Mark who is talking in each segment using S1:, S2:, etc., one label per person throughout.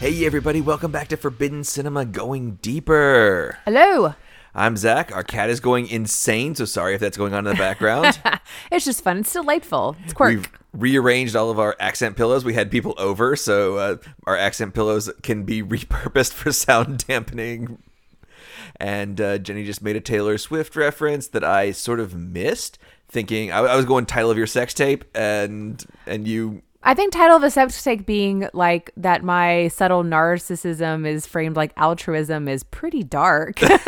S1: Hey, everybody, welcome back to Forbidden Cinema Going Deeper.
S2: Hello.
S1: I'm Zach. Our cat is going insane, so sorry if that's going on in the background.
S2: It's just fun. It's delightful. It's quirk.
S1: We've rearranged all of our accent pillows. We had people over, so uh, our accent pillows can be repurposed for sound dampening. And uh, Jenny just made a Taylor Swift reference that I sort of missed, thinking I, I was going title of your sex tape, and and you
S2: I think title of a subject being like that my subtle narcissism is framed like altruism is pretty dark. it's
S1: it's,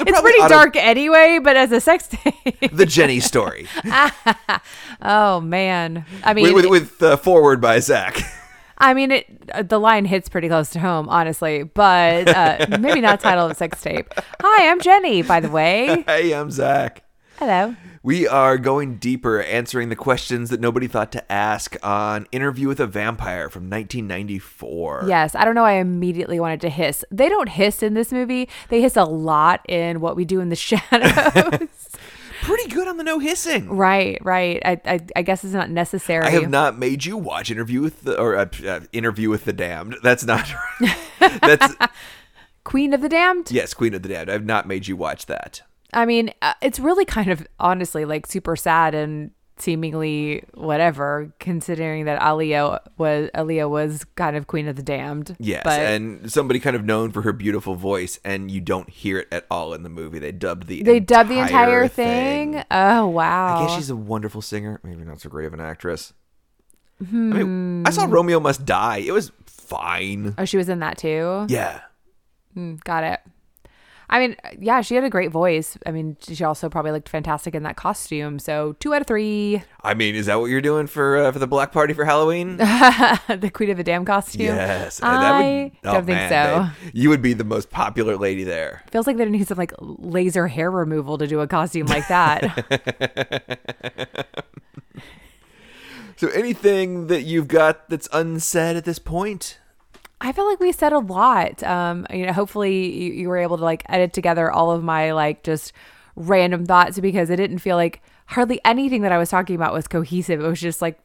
S1: a probably
S2: pretty
S1: auto-
S2: dark anyway, but as a sex tape.
S1: The Jenny story
S2: oh man. I mean
S1: with, with, with uh, forward by Zach.
S2: I mean it uh, the line hits pretty close to home, honestly, but uh, maybe not title of a sex tape. Hi, I'm Jenny, by the way.
S1: hey, I'm Zach.
S2: Hello.
S1: We are going deeper, answering the questions that nobody thought to ask on Interview with a Vampire from 1994.
S2: Yes, I don't know. I immediately wanted to hiss. They don't hiss in this movie. They hiss a lot in what we do in the shadows.
S1: Pretty good on the no hissing.
S2: right, right. I, I, I guess it's not necessary.
S1: I have not made you watch Interview with the or uh, uh, Interview with the Damned. That's not. that's
S2: Queen of the Damned.
S1: yes, Queen of the Damned. I've not made you watch that.
S2: I mean, uh, it's really kind of honestly like super sad and seemingly whatever, considering that Alia was Alia was kind of Queen of the Damned.
S1: Yes,
S2: but
S1: and somebody kind of known for her beautiful voice, and you don't hear it at all in the movie. They dubbed the
S2: they dubbed the entire thing. Oh wow!
S1: I guess she's a wonderful singer, maybe not so great of an actress. I mean, I saw
S2: Hmm.
S1: Romeo Must Die. It was fine.
S2: oh, she was in that too.
S1: Yeah.
S2: Mm, Got it. I mean, yeah, she had a great voice. I mean, she also probably looked fantastic in that costume. So two out of three,
S1: I mean, is that what you're doing for uh, for the black party for Halloween?
S2: the Queen of the Damn costume.
S1: yes. and that would-
S2: I
S1: oh,
S2: don't think so.
S1: man, babe, you would be the most popular lady there.
S2: Feels like they need some like laser hair removal to do a costume like that.
S1: So anything that you've got that's unsaid at this point?
S2: I feel like we said a lot. Um, you know, hopefully you, you were able to like edit together all of my like just random thoughts because it didn't feel like hardly anything that I was talking about was cohesive. It was just like,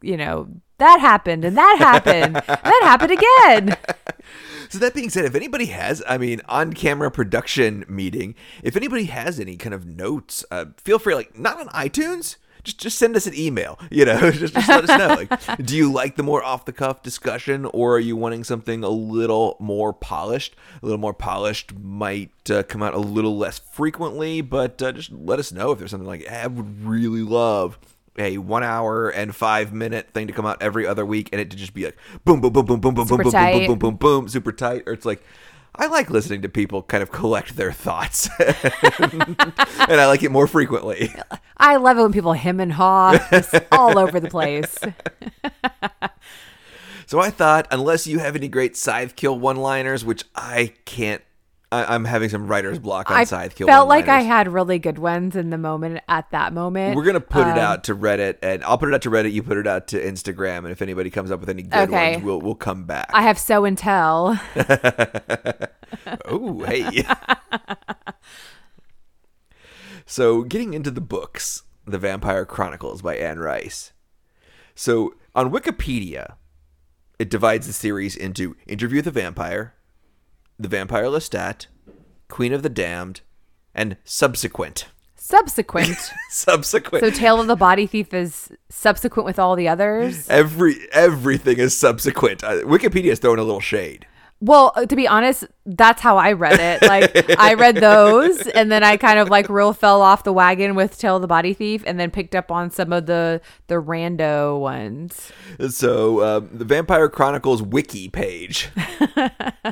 S2: you know, that happened and that happened, and that happened again.
S1: So that being said, if anybody has, I mean, on camera production meeting, if anybody has any kind of notes, uh, feel free, like not on iTunes. Just, just send us an email, you know. Just, just let us know. Like, do you like the more off the cuff discussion, or are you wanting something a little more polished? A little more polished might uh, come out a little less frequently, but uh, just let us know if there's something like "Eh, I would really love a one hour and five minute thing to come out every other week, and it to just be like boom, boom, boom, boom, boom, boom, boom, boom, boom,
S2: Super
S1: boom,
S2: tight.
S1: boom, boom, boom, super tight. Or it's like, I like listening to people kind of collect their thoughts, and I like it more frequently.
S2: I love it when people hem and haw just all over the place.
S1: So I thought, unless you have any great Scythe Kill one liners, which I can't, I, I'm having some writer's block on
S2: I
S1: Scythe Kill.
S2: felt like I
S1: one-liners.
S2: had really good ones in the moment at that moment.
S1: We're gonna put
S2: um,
S1: it out to Reddit, and I'll put it out to Reddit. You put it out to Instagram, and if anybody comes up with any good
S2: Okay.
S1: ones, we'll we'll come back.
S2: I have so and tell.
S1: Oh, hey. so, getting into the books, The Vampire Chronicles by Anne Rice. So, on Wikipedia, it divides the series into Interview with the Vampire, The Vampire Lestat, Queen of the Damned, and Subsequent.
S2: Subsequent.
S1: Subsequent.
S2: so Tale of the Body Thief is subsequent with all the others.
S1: Every everything is subsequent. Uh, Wikipedia's throwing a little shade.
S2: Well, uh, to be honest, that's how I read it. Like I read those and then I kind of like real fell off the wagon with Tale of the Body Thief and then picked up on some of the the rando ones.
S1: So, um, the Vampire Chronicles wiki page,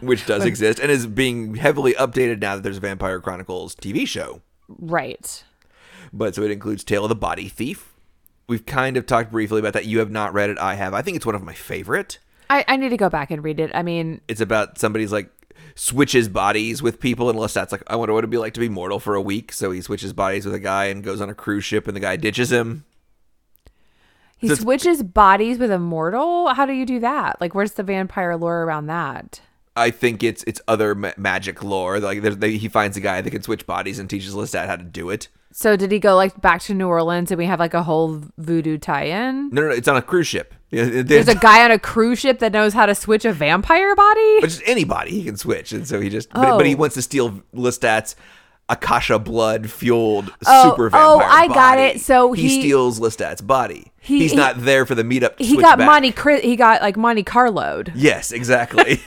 S1: which does exist and is being heavily updated now that there's a Vampire Chronicles TV show.
S2: Right.
S1: But so it includes Tale of the Body Thief. We've kind of talked briefly about that. You have not read it. I have. I think it's one of my favorite.
S2: I, I need to go back and read it. I mean,
S1: It's about somebody's like switches bodies with people, unless that's like, I wonder what it'd be like to be mortal for a week. So he switches bodies with a guy and goes on a cruise ship, and the guy ditches him.
S2: He
S1: So it's-
S2: switches bodies with a mortal. How do you do that? Like, where's the vampire lore around that?
S1: I think it's it's other ma- magic lore. Like there's- they, he finds a guy that can switch bodies and teaches Lestat how to do it.
S2: So did he go like back to New Orleans and we have like a whole voodoo tie-in?
S1: No, no, no, it's on a cruise ship. Yeah, it-
S2: There's a guy on a cruise ship that knows how to switch a vampire body.
S1: but just anybody he can switch, and so he just. But, but he
S2: Oh.
S1: wants to steal Listat's Akasha blood fueled
S2: Oh,
S1: super
S2: oh,
S1: vampire.
S2: I got
S1: body.
S2: it. So he-
S1: steals Listat's body.
S2: He-
S1: He's
S2: he-
S1: not there for the meetup.
S2: He got
S1: switchback.
S2: Monte Cri- he got like Monte Carloed.
S1: Yes, exactly.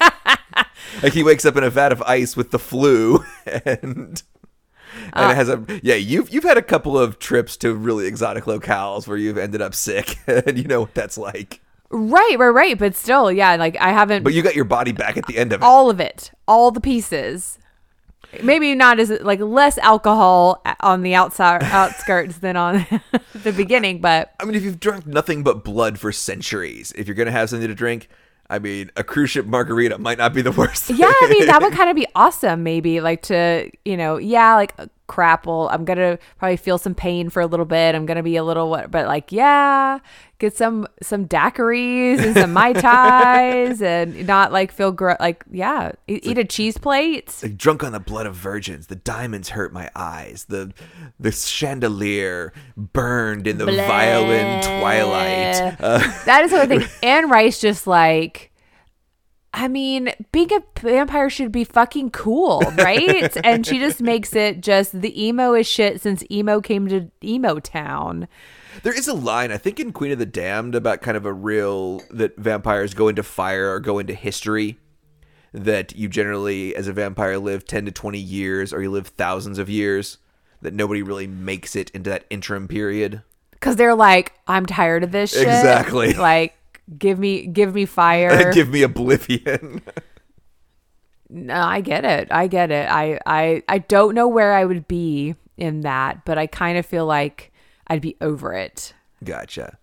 S1: like he wakes up in a vat of ice with the flu and. And it has a
S2: Uh.
S1: yeah. You've you've had a couple of trips to really exotic locales where you've ended up sick, and you know what that's like.
S2: Right, right, right. But still, yeah, like I haven't
S1: But you got your body back at the end of it.
S2: all of it, all the pieces. Maybe not as like less alcohol a- on the outside outskirts than on the beginning, but
S1: I mean, if you've drunk nothing but blood for centuries, if you're gonna have something to drink, I mean, a cruise ship margarita might not be the worst.
S2: yeah, I mean that would kind of be awesome. Maybe like to you know, yeah, like uh, crap. Well, I'm gonna probably feel some pain for a little bit. I'm gonna be a little what, but like yeah, get some some daiquiris and some mai tais and not like feel gr- like yeah, e- eat a cheese plate.
S1: It's like drunk on the blood of virgins. The diamonds hurt my eyes. The the chandelier burned in the violin twilight. Uh,
S2: That is what I think. Anne Rice just like, I mean, being a vampire should be fucking cool, right? and she just makes it just the emo is shit since emo came to emo town.
S1: There is a line I think in Queen of the Damned about kind of a real that vampires go into fire or go into history. That you generally, as a vampire, live ten to twenty years, or you live thousands of years. That nobody really makes it into that interim period.
S2: Cause they're like, I'm tired of this shit.
S1: Exactly.
S2: Like, give me, give me fire.
S1: Give me oblivion.
S2: no, I get it. I get it. I, I, I don't know where I would be in that, but I kind of feel like I'd be over it.
S1: gotcha.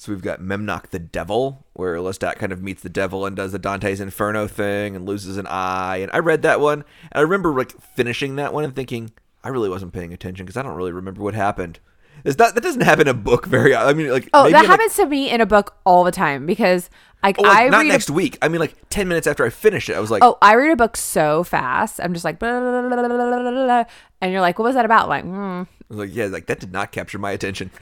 S1: So we've got Memnock the Devil, where Lestat kind of meets the devil and does the Dante's Inferno thing and loses an eye. And I read that one, and I remember like finishing that one and thinking I really wasn't paying attention because I don't really remember what happened. It's not that doesn't happen in a book very. I mean, like
S2: Oh,
S1: maybe
S2: that
S1: in, like,
S2: happens to me in a book all the time because like
S1: oh, like,
S2: I
S1: not
S2: read a
S1: next week. I mean, like ten minutes after I finished it, I was like,
S2: Oh, I read a book so fast. I'm just like, blah, blah, blah, blah, blah, blah, blah, blah. and you're like, what was that about? Like,
S1: I
S2: mm.
S1: was like yeah, like that did not capture my attention.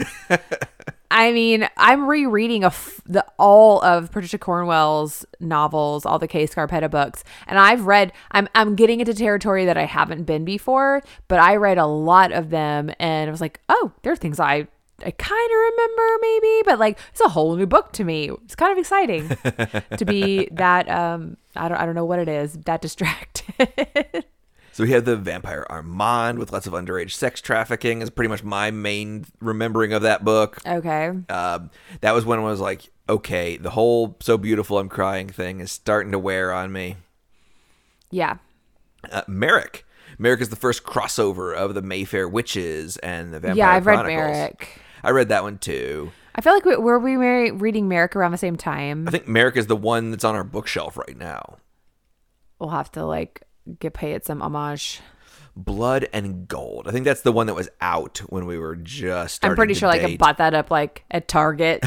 S2: I mean, I'm rereading a f- the all of Patricia Cornwell's novels, all the Kay Scarpetta books, and I've read. I'm I'm getting into territory that I haven't been before, but I read a lot of them, and I was like, oh, there are things I. I kind of remember maybe, but like it's a whole new book to me. It's kind of exciting to be that um I don't I don't know what it is, that distracted.
S1: So we have the vampire Armand with lots of underage sex trafficking. Is pretty much my main remembering of that book.
S2: okay.
S1: Um, that was when I was like, okay, the whole "so beautiful I'm crying" thing is starting to wear on me.
S2: Yeah.
S1: Uh, Merrick, Merrick is the first crossover of the Mayfair Witches and the Vampire.
S2: Yeah, I've read
S1: Chronicles.
S2: Merrick.
S1: I read that one too.
S2: I feel like we, were we mar- reading Merrick around the same time.
S1: I think Merrick is the one that's on our bookshelf right now.
S2: We'll have to like get pay it some homage.
S1: Blood and Gold. I think that's the one that was out when we were just.
S2: I'm pretty sure like I
S1: a.
S2: bought that up like at Target.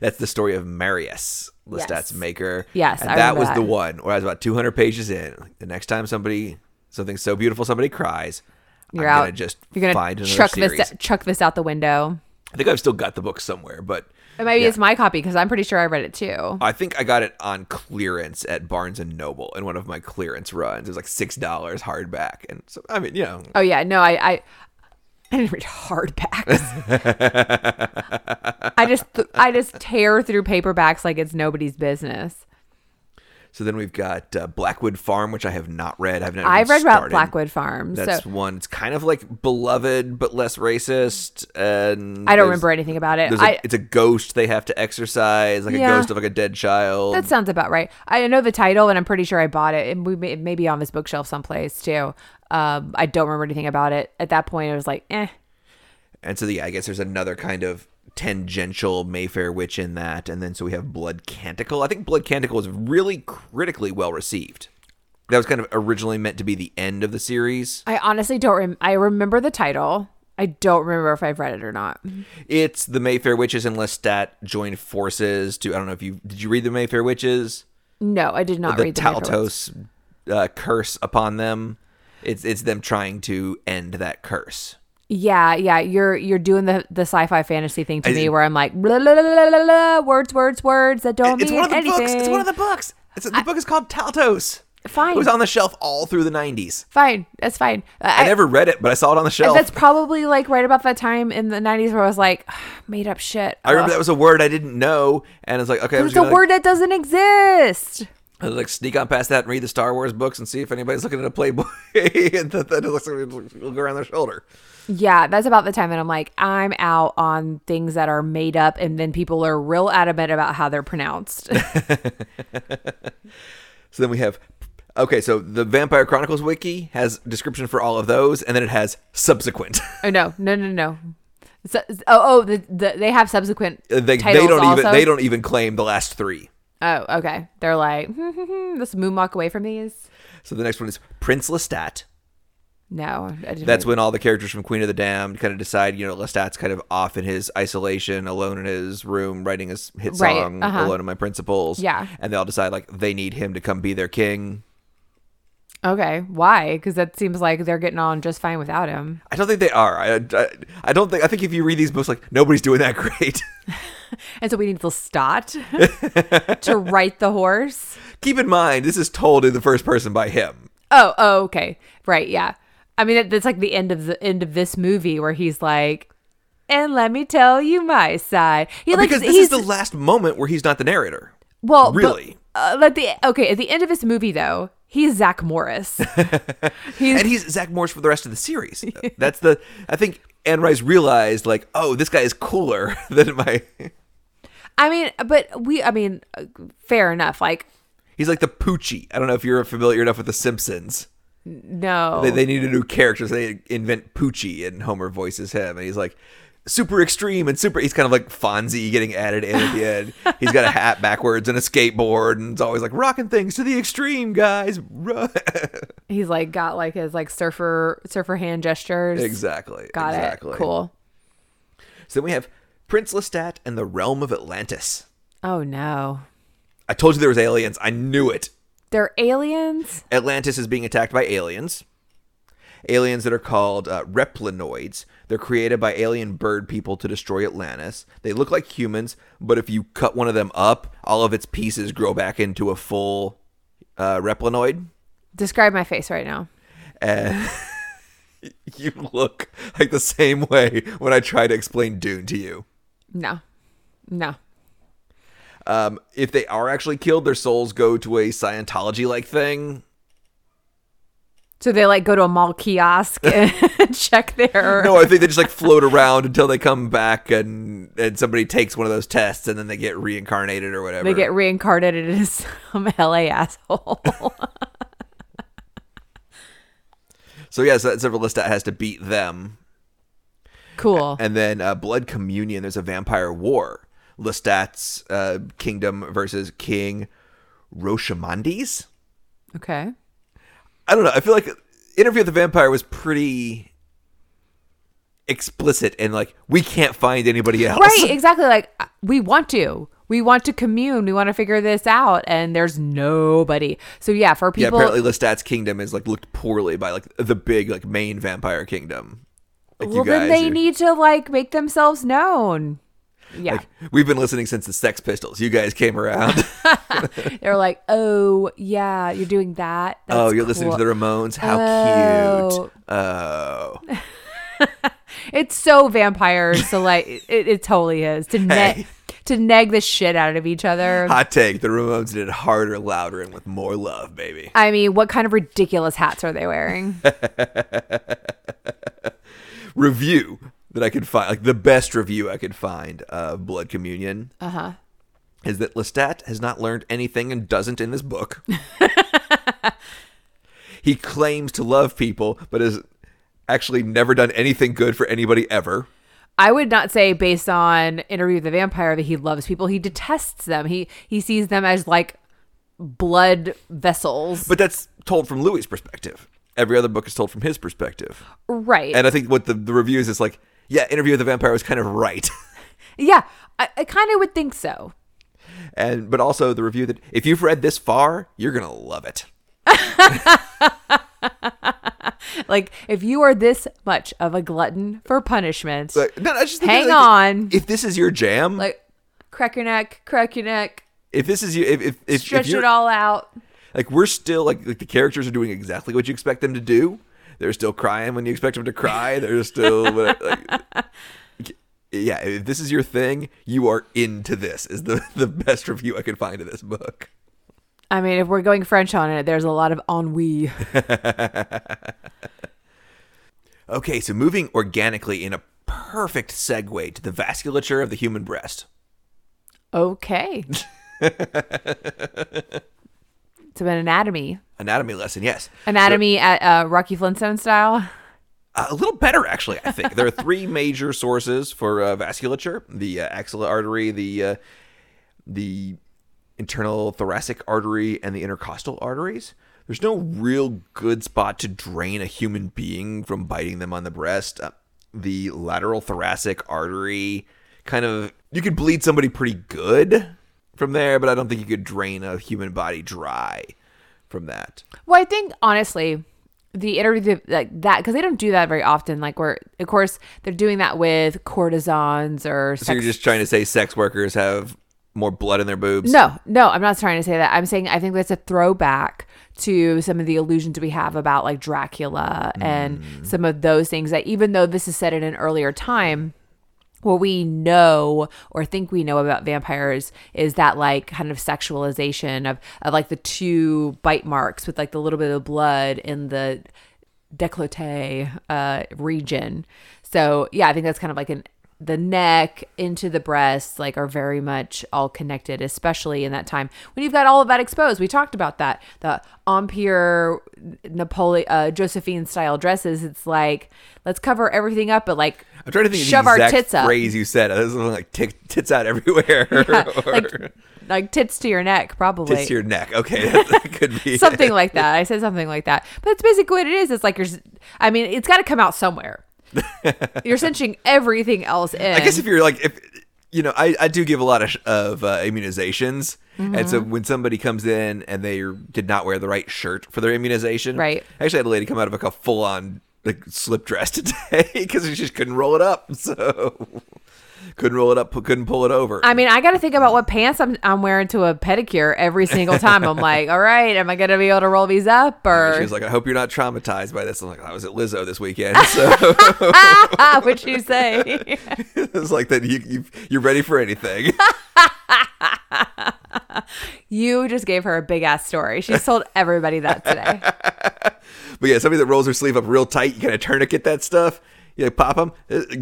S1: That's the story of Marius, Lestat's
S2: Yes.
S1: maker.
S2: Yes,
S1: and
S2: I
S1: that
S2: remember
S1: was the
S2: that.
S1: one where I was about 200 pages in. Like, The next time somebody something so beautiful somebody cries,
S2: You're
S1: I'm
S2: out.
S1: gonna just
S2: You're gonna
S1: find another
S2: chuck
S1: series.
S2: this e- chuck this out the window.
S1: I think I've still got the book somewhere, but
S2: Or maybe it's my copy because I'm pretty sure I read it too.
S1: I think I got it on clearance at Barnes and Noble in one of my clearance runs. It was like six dollars hardback, and so I mean, you know,
S2: Oh yeah, no, I I, I didn't read hardbacks. I just th- I just tear through paperbacks like it's nobody's business.
S1: So then we've got uh, Blackwood Farm, which I have not read. I've not.
S2: I've
S1: even
S2: read about
S1: started.
S2: Blackwood Farms,
S1: That's
S2: so
S1: one. It's kind of like beloved, but less racist. And
S2: I
S1: there's-
S2: don't remember anything about it.
S1: There's a,
S2: I,
S1: it's a ghost they have to exercise, like
S2: Yeah.
S1: a ghost of like a dead child.
S2: That sounds about right. I know the title, and I'm pretty sure I bought it. And we may, it may be on this bookshelf someplace too. Um, I don't remember anything about it at that point. I was like, eh.
S1: and so, yeah, I guess there's another kind of tangential Mayfair witch in that. And then so we have Blood Canticle. I think Blood Canticle was really critically well received. That was kind of originally meant to be the end of the series.
S2: I honestly don't. Rem- I remember the title. I don't remember if I've read it or not.
S1: It's the Mayfair Witches and Lestat join forces to. I don't know if you did you read the Mayfair Witches?
S2: No, I did not
S1: the
S2: read the title.
S1: Taltos uh, curse upon them. It's it's them trying to end that curse.
S2: Yeah, yeah, you're you're doing the the sci-fi fantasy thing to
S1: I-
S2: me, where I'm like, blah, blah, blah, blah, blah, blah, words, words, words that don't
S1: it's
S2: mean
S1: one of the
S2: anything.
S1: books. It's one of the books. It's, the book is called Taltos.
S2: Fine.
S1: It was on the shelf all through the 90s.
S2: fine, that's fine.
S1: I, never read it, but I saw it on the shelf.
S2: That's probably like right about that time in the '90s where I was like, made up shit.
S1: I remember that was a word I didn't know, and it's like, okay, I'm
S2: It's
S1: just
S2: a
S1: gonna, like,
S2: word that doesn't exist.
S1: I'll, like sneak on past that and read the Star Wars books and see if anybody's looking at a Playboy. and that, that looks like look around their shoulder.
S2: Yeah, that's about the time that I'm like, I'm out on things that are made up, and then people are real adamant about how they're pronounced.
S1: So then we have, okay, so the Vampire Chronicles wiki has description for all of those, and then it has subsequent.
S2: oh no, no, no, no. So, oh, oh, the, the, they have subsequent
S1: Uh, they,
S2: titles
S1: they don't
S2: also.
S1: even they don't even claim the last three.
S2: Oh, okay. They're like, hmm, hmm, hmm, this moonwalk away from these.
S1: So the next one is Prince Lestat.
S2: No, I didn't
S1: That's when all the characters from Queen of the Damned kind of decide, you know, Lestat's kind of off in his isolation, alone in his room, writing his hit
S2: Right,
S1: song,
S2: uh-huh.
S1: Alone in My Principles.
S2: Yeah.
S1: And they all decide, like, they need him to come be their king.
S2: Okay, why? Because that seems like they're getting on just fine without him.
S1: I don't think they are. I, I, I don't think, I think if you read these books, like, nobody's doing that great.
S2: And so we need Lestat to right the horse.
S1: Keep in mind, this is told in the first person by him.
S2: Oh, oh, okay, right, yeah. I mean, it, that's like the end of the end of this movie where he's like, "And let me tell you my side." He like
S1: Uh, because this
S2: he's
S1: is the last moment where he's not the narrator.
S2: well, but,
S1: really.
S2: uh, at the okay at the end of his movie though, he's Zach Morris. he's
S1: and he's Zach Morris for the rest of the series. That's the, I think Anne Rice realized, like, oh, this guy is cooler than my,
S2: I mean, but we I mean, uh, fair enough. Like
S1: he's like the Poochie. I don't know if you're familiar enough with The Simpsons.
S2: no,
S1: They, they need a new character, so they invent Poochie, and Homer voices him, and he's like super extreme and super. He's kind of like Fonzie getting added in at the end. he's got a hat backwards and a skateboard, and it's always like rocking things to the extreme, guys. Ru-
S2: he's like got like his like surfer surfer hand gestures.
S1: exactly.
S2: Got
S1: exactly.
S2: it. Cool.
S1: So then we have Prince Lestat and the Realm of Atlantis.
S2: Oh no,
S1: I told you there was aliens. I knew it.
S2: they're aliens.
S1: Atlantis is being attacked by aliens. Aliens that are called uh, replinoids. They're created by alien bird people to destroy Atlantis. They look like humans, but if you cut one of them up, all of its pieces grow back into a full uh, replinoid.
S2: Describe my face right now.
S1: And you look like the same way when I try to explain Dune to you.
S2: No, no.
S1: Um, if they are actually killed, their souls go to a Scientology like thing.
S2: So they like go to a mall kiosk and check their.
S1: No, I think they just like float around until they come back and and somebody takes one of those tests and then they get reincarnated or whatever.
S2: They get reincarnated as some LA asshole.
S1: so yes, yeah, so that's several list that has to beat them.
S2: cool.
S1: And then uh, blood communion. There's a vampire war. Lestat's uh, kingdom versus King Roshamondes.
S2: Okay.
S1: I don't know. I feel like Interview with the Vampire was pretty explicit and like we can't find anybody else.
S2: Right, exactly. Like uh, we want to. We want to commune. We want to figure this out, and there's nobody. So yeah, for
S1: Yeah,
S2: people,
S1: apparently Lestat's kingdom is like looked poorly by like the big like main vampire kingdom. Like
S2: well, then they
S1: are-
S2: need to like make themselves known. Yeah,
S1: Like, we've been listening since the Sex Pistols. You guys came around.
S2: they're like, oh yeah, you're doing that. That's
S1: oh, you're listening to
S2: cool."
S1: the Ramones. How
S2: Oh.
S1: cute. Oh,
S2: It's so vampire. So like, it, it totally is to neg
S1: Hey.
S2: to neg the shit out of each other.
S1: Oh, hot take. The Ramones did it harder, louder, and with more love, baby.
S2: I mean, what kind of ridiculous hats are they wearing?
S1: Review that I could find, like the best review I could find of Blood Communion. Uh huh. Is that Lestat has not learned anything and doesn't in this book. he claims to love people, but has actually never done anything good for anybody ever.
S2: I would not say based on interview with the vampire that he loves people. He detests them. He he sees them as like blood vessels.
S1: But that's told from Louis' perspective. Every other book is told from his perspective.
S2: right.
S1: And I think what the, the reviews is like, yeah, Interview with the Vampire was kind of right.
S2: yeah. I, I kind of would think so.
S1: and but also the review that if you've read this far, you're gonna love it.
S2: like if you are this much of a glutton for punishment,
S1: Like, no, I just think
S2: Hang
S1: like,
S2: on.
S1: If this is your jam,
S2: like crack your neck, crack your neck,
S1: if this is you, if if, if, if
S2: stretch
S1: you're
S2: it all out.
S1: like we're still like like the characters are doing exactly what you expect them to do. They're still crying when you expect them to cry. They're still like, yeah. If this is your thing, you are into this. Is the the best review I could find of this book.
S2: I mean, if we're going French on it, there's a lot of ennui.
S1: Okay, so moving organically in a perfect segue to the vasculature of the human breast.
S2: Okay. it's an anatomy.
S1: Anatomy lesson, yes.
S2: Anatomy at uh, Rocky Flintstone style.
S1: Uh, a little better, actually, I think. there are three major sources for uh, vasculature the uh, axilla artery, the, uh, the internal thoracic artery, and the intercostal arteries. There's no real good spot to drain a human being from biting them on the breast. Uh, the lateral thoracic artery kind of, you could bleed somebody pretty good from there, but I don't think you could drain a human body dry from that.
S2: Well, I think honestly, the interview like that because they don't do that very often. Like we're of course they're doing that with courtesans or
S1: So you're
S2: sex.
S1: just trying to say sex workers have more blood in their boobs?
S2: no, no, I'm not trying to say that. I'm saying I think that's a throwback to some of the illusions we have about like Dracula and some of those things that even though this is set in an earlier time, what we know or think we know about vampires is that like kind of sexualization of, of like the two bite marks with like the little bit of blood in the décolleté uh, region. So yeah, I think that's kind of like an the neck into the breasts like are very much all connected, especially in that time when you've got all of that exposed. We talked about that the Empire Napoleon uh, Josephine style dresses. It's like let's cover everything up, but like
S1: I'm trying to think
S2: shove
S1: of the
S2: our
S1: exact
S2: tits up.
S1: phrase you said. It was something like tit- tits out everywhere,
S2: Yeah,
S1: or
S2: like like tits to your neck probably
S1: tits to your neck. Okay, that, that could be
S2: something like that i said something like that but it's basically what it is it's like you're s- i mean it's got to come out somewhere you're cinching everything else in
S1: I guess if you're like if you know, I, I do give a lot of, sh- of uh, immunizations, and
S2: Mm-hmm.
S1: so when somebody comes in and they did not wear the right shirt for their immunization,
S2: Right.
S1: I actually had a lady come out of like a full on like slip dress today because she just couldn't roll it up, so couldn't roll it up, couldn't pull it over.
S2: I mean, I got to think about what pants I'm, I'm wearing to a pedicure every single time. I'm like, all right, am I going to be able to roll these up? Or
S1: she was like, "I hope you're not traumatized by this." I'm like, "I was at Lizzo this weekend, so
S2: ah, what'd you say?
S1: it's like that you, you you're ready for anything.
S2: you just gave her a big ass story. She's told everybody that today.
S1: but yeah, somebody that rolls their sleeve up real tight, you kind of tourniquet that stuff. You like, pop them.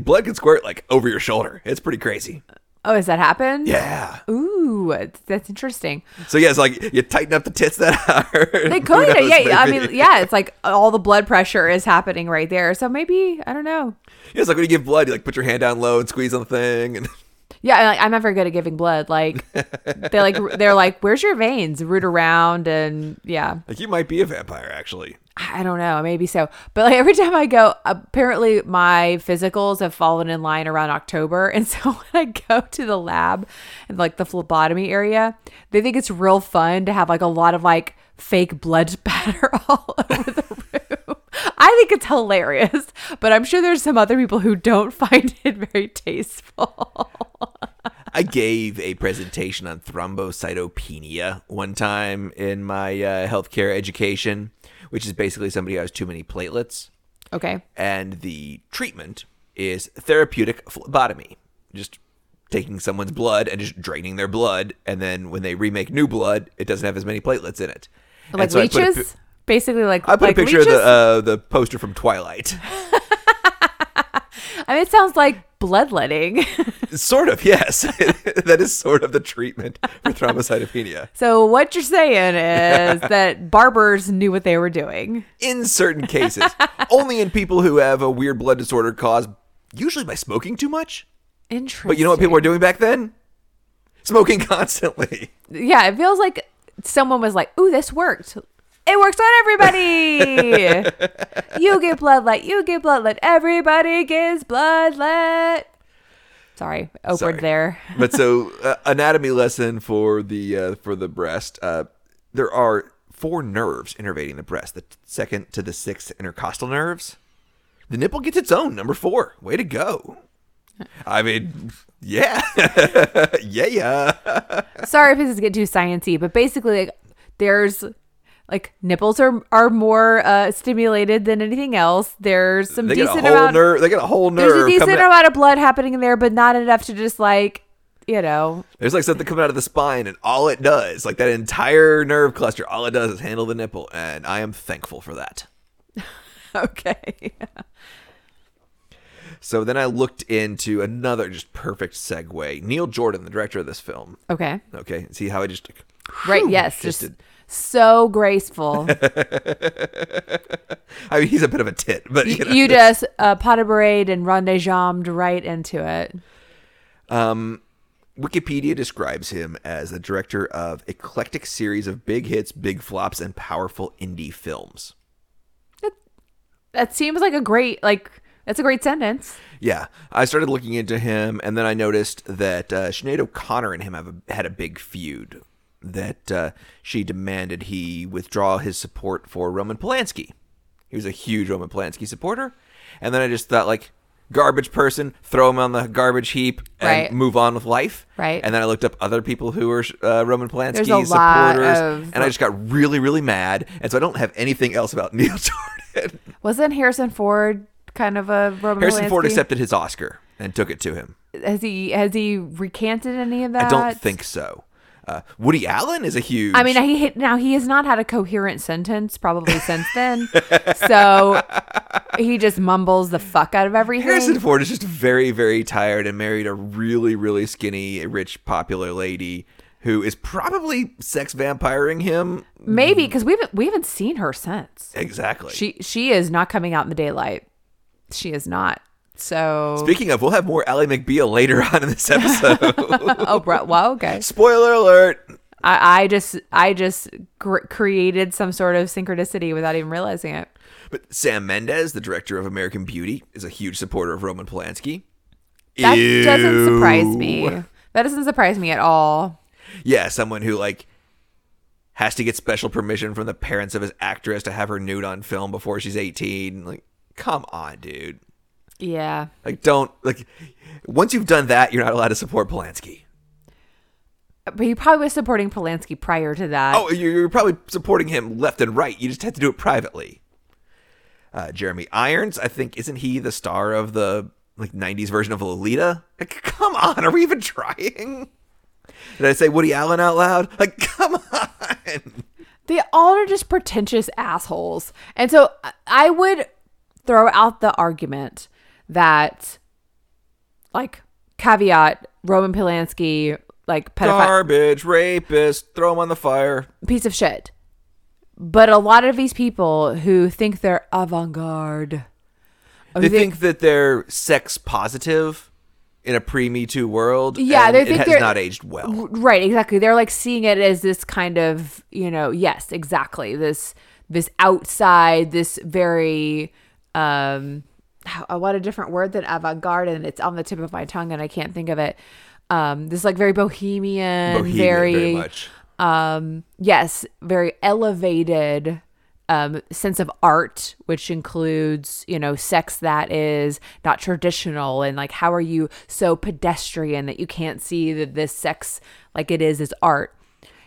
S1: Blood can squirt like over your shoulder. It's pretty crazy.
S2: Oh, has that happened?
S1: Yeah.
S2: Ooh, it's- that's interesting.
S1: So yeah, it's like you tighten up the tits that hard.
S2: They
S1: Who
S2: could,
S1: knows,
S2: yeah. I
S1: maybe.
S2: mean, yeah. It's like all the blood pressure is happening right there. So maybe I don't know.
S1: It's like when you give blood, you like put your hand down low and squeeze on the thing, and
S2: Yeah, I- like, I'm not very good at giving blood. Like they like they're like, "Where's your veins?" Root around and yeah,
S1: like you might be a vampire actually.
S2: I I don't know, maybe so. But like every time I go, apparently my physicals have fallen in line around October, and so when I go to the lab and like the phlebotomy area, they think it's real fun to have like a lot of like fake blood spatter all over the room. I think it's hilarious, but I'm sure there's some other people who don't find it very tasteful.
S1: I gave a presentation on thrombocytopenia one time in my uh, healthcare education, which is basically somebody who has too many platelets.
S2: Okay.
S1: And the treatment is therapeutic phlebotomy, just taking someone's blood and just draining their blood. And then when they remake new blood, it doesn't have as many platelets in it. And
S2: Like
S1: so I put a
S2: leeches?
S1: pi-
S2: Basically like
S1: I put
S2: like
S1: a picture
S2: leeches?
S1: of the uh, the poster from Twilight. uh,
S2: I mean it sounds like bloodletting.
S1: sort of, yes. that is sort of the treatment for thrombocytopenia.
S2: So what you're saying is that barbers knew what they were doing.
S1: in certain cases, only in people who have a weird blood disorder caused usually by smoking too much.
S2: Interesting.
S1: But you know what people were doing back then? Smoking constantly.
S2: Yeah, it feels like someone was like, "Ooh, this worked. It works on everybody. you get bloodlet. You get bloodlet. Everybody gets bloodlet." Sorry, Oprah
S1: Sorry.
S2: there.
S1: but so uh, anatomy lesson for the uh, for the breast. Uh, there are four nerves innervating the breast, the second to the sixth intercostal nerves. The nipple gets its own number four. Way to go. I mean, yeah, yeah, yeah.
S2: Sorry if this is getting too sciency, but basically, like, there's like nipples are are more uh, stimulated than anything else. There's some
S1: They got a
S2: decent
S1: whole
S2: amount.
S1: nerve. They got a whole nerve.
S2: there's a decent
S1: coming out-
S2: amount of blood happening in there, but not enough to just like you know.
S1: There's like something coming out of the spine, and all it does, like that entire nerve cluster, all it does is handle the nipple, and I am thankful for that.
S2: Okay.
S1: So then I looked into another just perfect segue. Neil Jordan, the director of this film.
S2: Okay.
S1: Okay, see how I just like,
S2: Right. Yes.
S1: just
S2: Just,
S1: did-
S2: so graceful.
S1: I mean, he's a bit of a tit, but you know.
S2: you just uh, pas de parade and ronde de jambe right into it.
S1: Wikipedia describes him as the director of eclectic series of big hits, big flops, and powerful indie films.
S2: That seems like a great like that's a great sentence.
S1: Yeah, I started looking into him, and then I noticed that uh, Sinead O'Connor and him have a, had a big feud. That uh, she demanded he withdraw his support for Roman Polanski. He was a huge Roman Polanski supporter, and then I just thought like garbage person, throw him on the garbage heap and
S2: Right.
S1: move on with life.
S2: Right.
S1: And then I looked up other people who were uh, Roman Polanski
S2: There's a
S1: supporters,
S2: lot of-
S1: and I just got really, really mad. And so I don't have anything else about Neil Jordan.
S2: Wasn't Harrison Ford kind of a Roman
S1: Harrison Ford
S2: Polanski?
S1: accepted his Oscar and took it to him.
S2: has he has he recanted any of that?
S1: I don't think so. Uh, Woody Allen is a huge.
S2: I mean, he hit- now he has not had a coherent sentence probably since then, so he just mumbles the fuck out of everything.
S1: Harrison Ford is just very, very tired and married a really, really skinny, rich, popular lady who is probably sex vampiring him.
S2: Maybe because we haven't we haven't seen her since.
S1: Exactly.
S2: She she is not coming out in the daylight. She is not. So
S1: Speaking of, we'll have more Ally McBeal later on in this episode.
S2: oh, bro, well, okay.
S1: Spoiler alert.
S2: I, I just I just gr- created some sort of synchronicity without even realizing it.
S1: But Sam Mendes, the director of American Beauty, is a huge supporter of Roman Polanski.
S2: That doesn't surprise
S1: Ew.
S2: me. That doesn't surprise me at all.
S1: Yeah, someone who like has to get special permission from the parents of his actress to have her nude on film before she's 18. Like, come on, dude.
S2: Yeah.
S1: Like, don't like. Once you've done that, you're not allowed to support Polanski.
S2: But he probably was supporting Polanski prior to that.
S1: Oh, you're you're probably supporting him left and right. You just have to do it privately. Uh, Jeremy Irons, I think, isn't he the star of the like '90s version of Lolita? Like, come on, are we even trying? Did I say Woody Allen out loud? Like, come on.
S2: They all are just pretentious assholes. And so I- I would throw out the argument that, like, caveat Roman Polanski, like, pedophile.
S1: Garbage, rapist, throw him on the fire.
S2: piece of shit. But a lot of these people who think they're avant garde, Oh,
S1: They think that they're sex positive in a pre Me Too world.
S2: Yeah,
S1: and
S2: they
S1: it
S2: think
S1: has
S2: they're-
S1: not aged well.
S2: right, exactly. They're like seeing it as this kind of, you know, yes, exactly. This this outside, this very um how- I want a different word than avant garde, and it's on the tip of my tongue, and I can't think of it. Um, this like very bohemian,
S1: Bohemian,
S2: very,
S1: very much.
S2: um yes very elevated um sense of art which includes you know sex that is not traditional and like how are you so pedestrian that you can't see that this sex like it is is art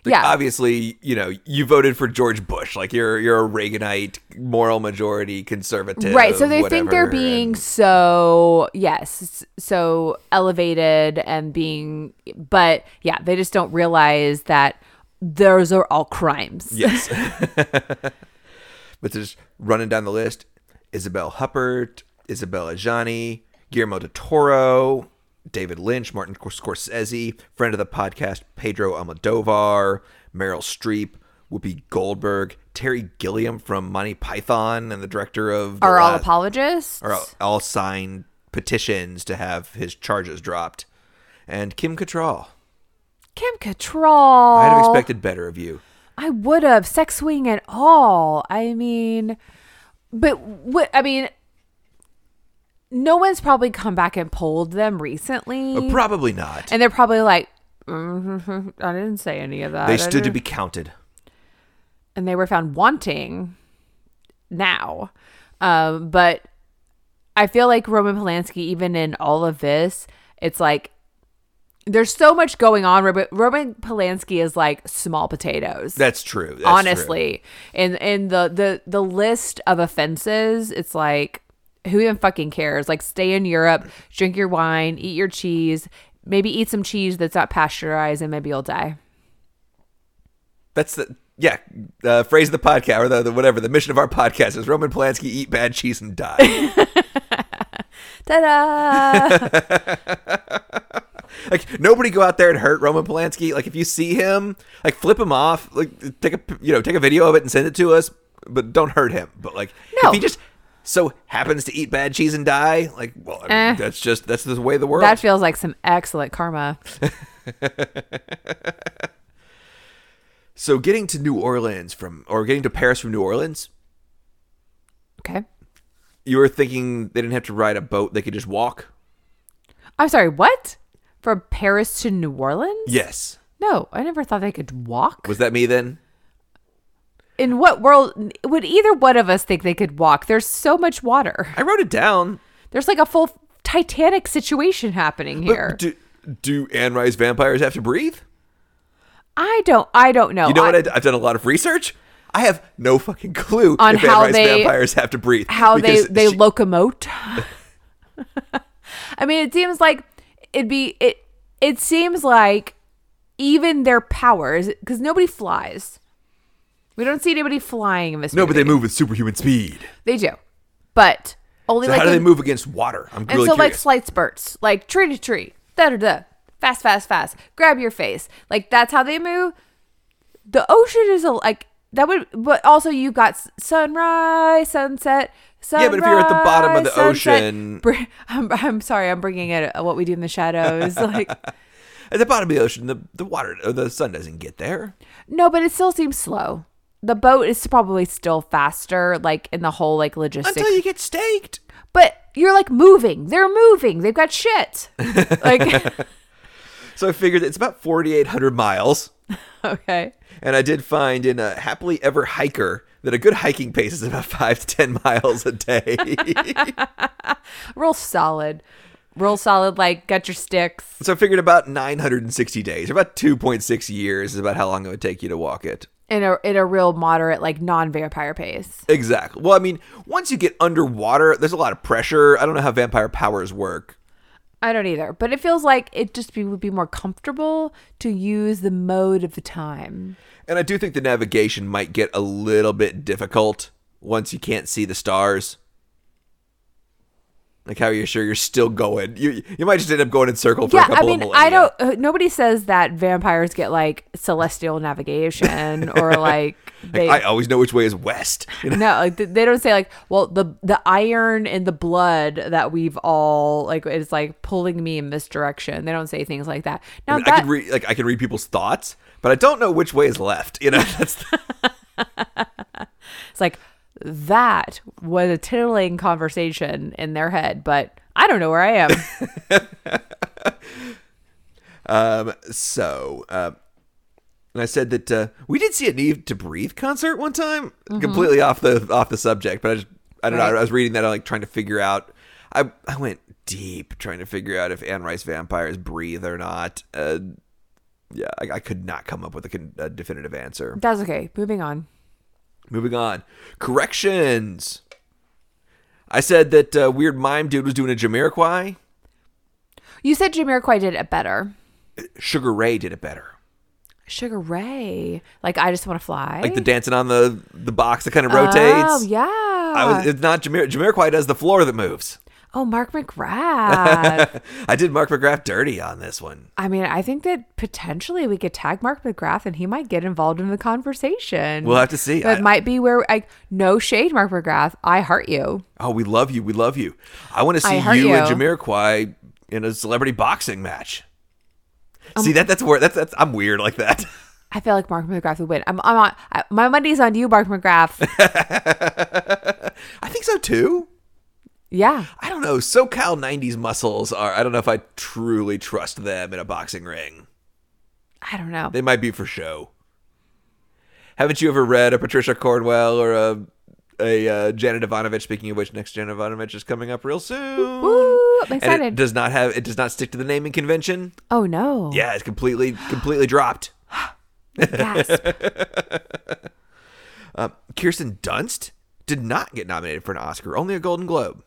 S2: yeah
S1: Obviously, you know, you voted for George Bush. Like you're you're a Reaganite, moral majority, conservative.
S2: right so they think they're
S1: whatever,
S2: being
S1: and-
S2: so yes so elevated and being but yeah they just don't realize that those are all crimes
S1: yes. but just running down the list: Isabel Huppert, Isabella Gianni, Guillermo de Toro, David Lynch, Martin Scorsese, friend of the podcast Pedro Almodovar, Meryl Streep, Whoopi Goldberg, Terry Gilliam from Monty Python, and the director of the
S2: are all
S1: last-
S2: apologists
S1: or all sign petitions to have his charges dropped. And Kim Cattrall.
S2: Kim Cattrall.
S1: I'd have expected better of you.
S2: I would have sex swing at all. I mean, but what? I mean, no one's probably come back and polled them recently,
S1: But probably not.
S2: Mm. and they're probably like, "Mhm, I didn't say any of that.
S1: They
S2: I
S1: stood to
S2: didn't-"
S1: be counted.
S2: and they were found wanting now. Um, but I feel like Roman Polanski, even in all of this, it's like there's so much going on. Roman, Roman Polanski is like small potatoes.
S1: That's true. That's true.
S2: honestly, and and the the the list of offenses, it's like who even fucking cares? Like stay in Europe, drink your wine, eat your cheese, maybe eat some cheese that's not pasteurized, and maybe you'll die.
S1: That's the yeah uh, phrase of the podcast or the, the whatever the mission of our podcast is Roman Polanski eat bad cheese and die.
S2: Ta da!
S1: like nobody go out there and hurt Roman Polanski. Like if you see him, like flip him off. Like take a you know take a video of it and send it to us, but don't hurt him. But like
S2: No.
S1: if he just so happens to eat bad cheese and die, like well I mean,
S2: Eh.
S1: that's just that's the way of the world.
S2: that feels like some excellent karma.
S1: so getting to New Orleans from or getting to Paris from New Orleans,
S2: Okay.
S1: you were thinking they didn't have to ride a boat; they could just walk.
S2: I'm sorry, what? From Paris to New Orleans?
S1: Yes,
S2: No, I never thought they could walk.
S1: was that me then?
S2: In what world would either one of us think they could walk? There's so much water.
S1: I wrote it down.
S2: There's like a full Titanic situation happening
S1: But
S2: here.
S1: do do Anne Rice vampires have to breathe?
S2: I don't I don't know.
S1: You know
S2: Oh, I-
S1: what? I, have done a lot of research. I have no fucking clue
S2: On
S1: if Anne
S2: how
S1: Rice
S2: they-
S1: vampires have to breathe.
S2: how they
S1: because
S2: they
S1: she-
S2: locomote. I mean, it seems like it'd be it. It seems like even their powers, because nobody flies. We don't see anybody flying in this.
S1: no, but they
S2: movie.
S1: move with superhuman speed.
S2: They do, but only
S1: So
S2: like
S1: how do they
S2: in-
S1: move against water? I'm
S2: and
S1: really
S2: so like
S1: curious.
S2: slight spurts, like tree to tree, da da da, fast, fast, fast. Grab your face, like that's how they move. The ocean is a like that would, but also you got s- sunrise, sunset, sunrise.
S1: Yeah, but if you're at the bottom of the
S2: sunset.
S1: ocean-
S2: Br- I'm, I'm sorry, I'm bringing it uh, what we do in the shadows. like
S1: At the bottom of the ocean, the, the water, uh, the sun doesn't get there.
S2: no, but it still seems slow. The boat is probably still faster, like in the whole like logistics.
S1: Until you get staked.
S2: but you're like moving. They're moving. They've got shit. Like
S1: So I figured it's about 4,800 miles.
S2: okay.
S1: And I did find in a happily ever hiker that a good hiking pace is about five to 10 miles a day.
S2: Real solid. Real solid, like got your sticks.
S1: so I figured about 960 days, or about 2.6 years, is about how long it would take you to walk it.
S2: In a in a real moderate, like non vampire pace.
S1: Exactly. Well, I mean, once you get underwater, there's a lot of pressure. I don't know how vampire powers work.
S2: I don't either. But it feels like it just be, would be more comfortable to use the mode of the time.
S1: And I do think the navigation might get a little bit difficult once you can't see the stars. Like, how are you sure you're still going? You you might just end up going in circle for a
S2: yeah, I
S1: couple
S2: mean,
S1: of millennia.
S2: I don't uh, nobody says that vampires get like celestial navigation or like they
S1: I always know which way is west. You know?
S2: no, like th- they don't say like, well, the the iron in the blood that we've all like is like pulling me in this direction. They don't say things like that. Now
S1: I, mean,
S2: that
S1: I can read like I can read people's thoughts, but I don't know which way is left. You know, that's the-
S2: It's like that was a titillating conversation in their head, but I don't know where I am.
S1: um. So, uh, and I said that uh, we did see a Need to Breathe concert one time, completely off the off the subject. But I just I don't know.
S2: Right.
S1: I was reading that, like trying to figure out. I I went deep trying to figure out if Anne Rice vampires breathe or not. Uh, yeah, I, I could not come up with a, con- a definitive answer.
S2: That's okay. Moving on.
S1: Moving on. Corrections. I said that uh, weird mime dude was doing a Jamiroquai.
S2: You said Jamiroquai did it better.
S1: Sugar Ray did it better.
S2: Sugar Ray, like I just want to fly.
S1: Like the dancing on the the box that kind of rotates.
S2: oh yeah.
S1: I was,
S2: Ah.
S1: it's not Jamir- Jamiroquai does the floor that moves.
S2: oh Mark McGrath.
S1: I did Mark McGrath dirty on this one.
S2: I mean, I think that potentially we could tag Mark McGrath and he might get involved in the conversation.
S1: We'll have to see.
S2: That
S1: I-
S2: might be where like no shade, Mark McGrath. I heart you.
S1: Oh, we love you. We love you. I want to see
S2: I heart
S1: you, and
S2: you.
S1: Jamiroquai in a celebrity boxing match.
S2: Um,
S1: see that that's where that's, that's I'm weird like that.
S2: I feel like Mark McGrath would win. I'm, I'm on I, my money's on you, Mark McGrath.
S1: I think so too.
S2: yeah.
S1: I don't know. SoCal 90s muscles are, I don't know if I truly trust them in a boxing ring.
S2: I don't know.
S1: They might be for show. Haven't you ever read a Patricia Cornwell or a a uh, Janet Ivanovich? Speaking of which, next Janet Ivanovich is coming up real soon.
S2: Woo,
S1: And
S2: I'm
S1: it
S2: excited.
S1: does not have it does not stick to the naming convention.
S2: oh no.
S1: Yeah, it's completely completely dropped.
S2: Gasp.
S1: Kirsten Dunst did not get nominated for an Oscar, only a Golden Globe.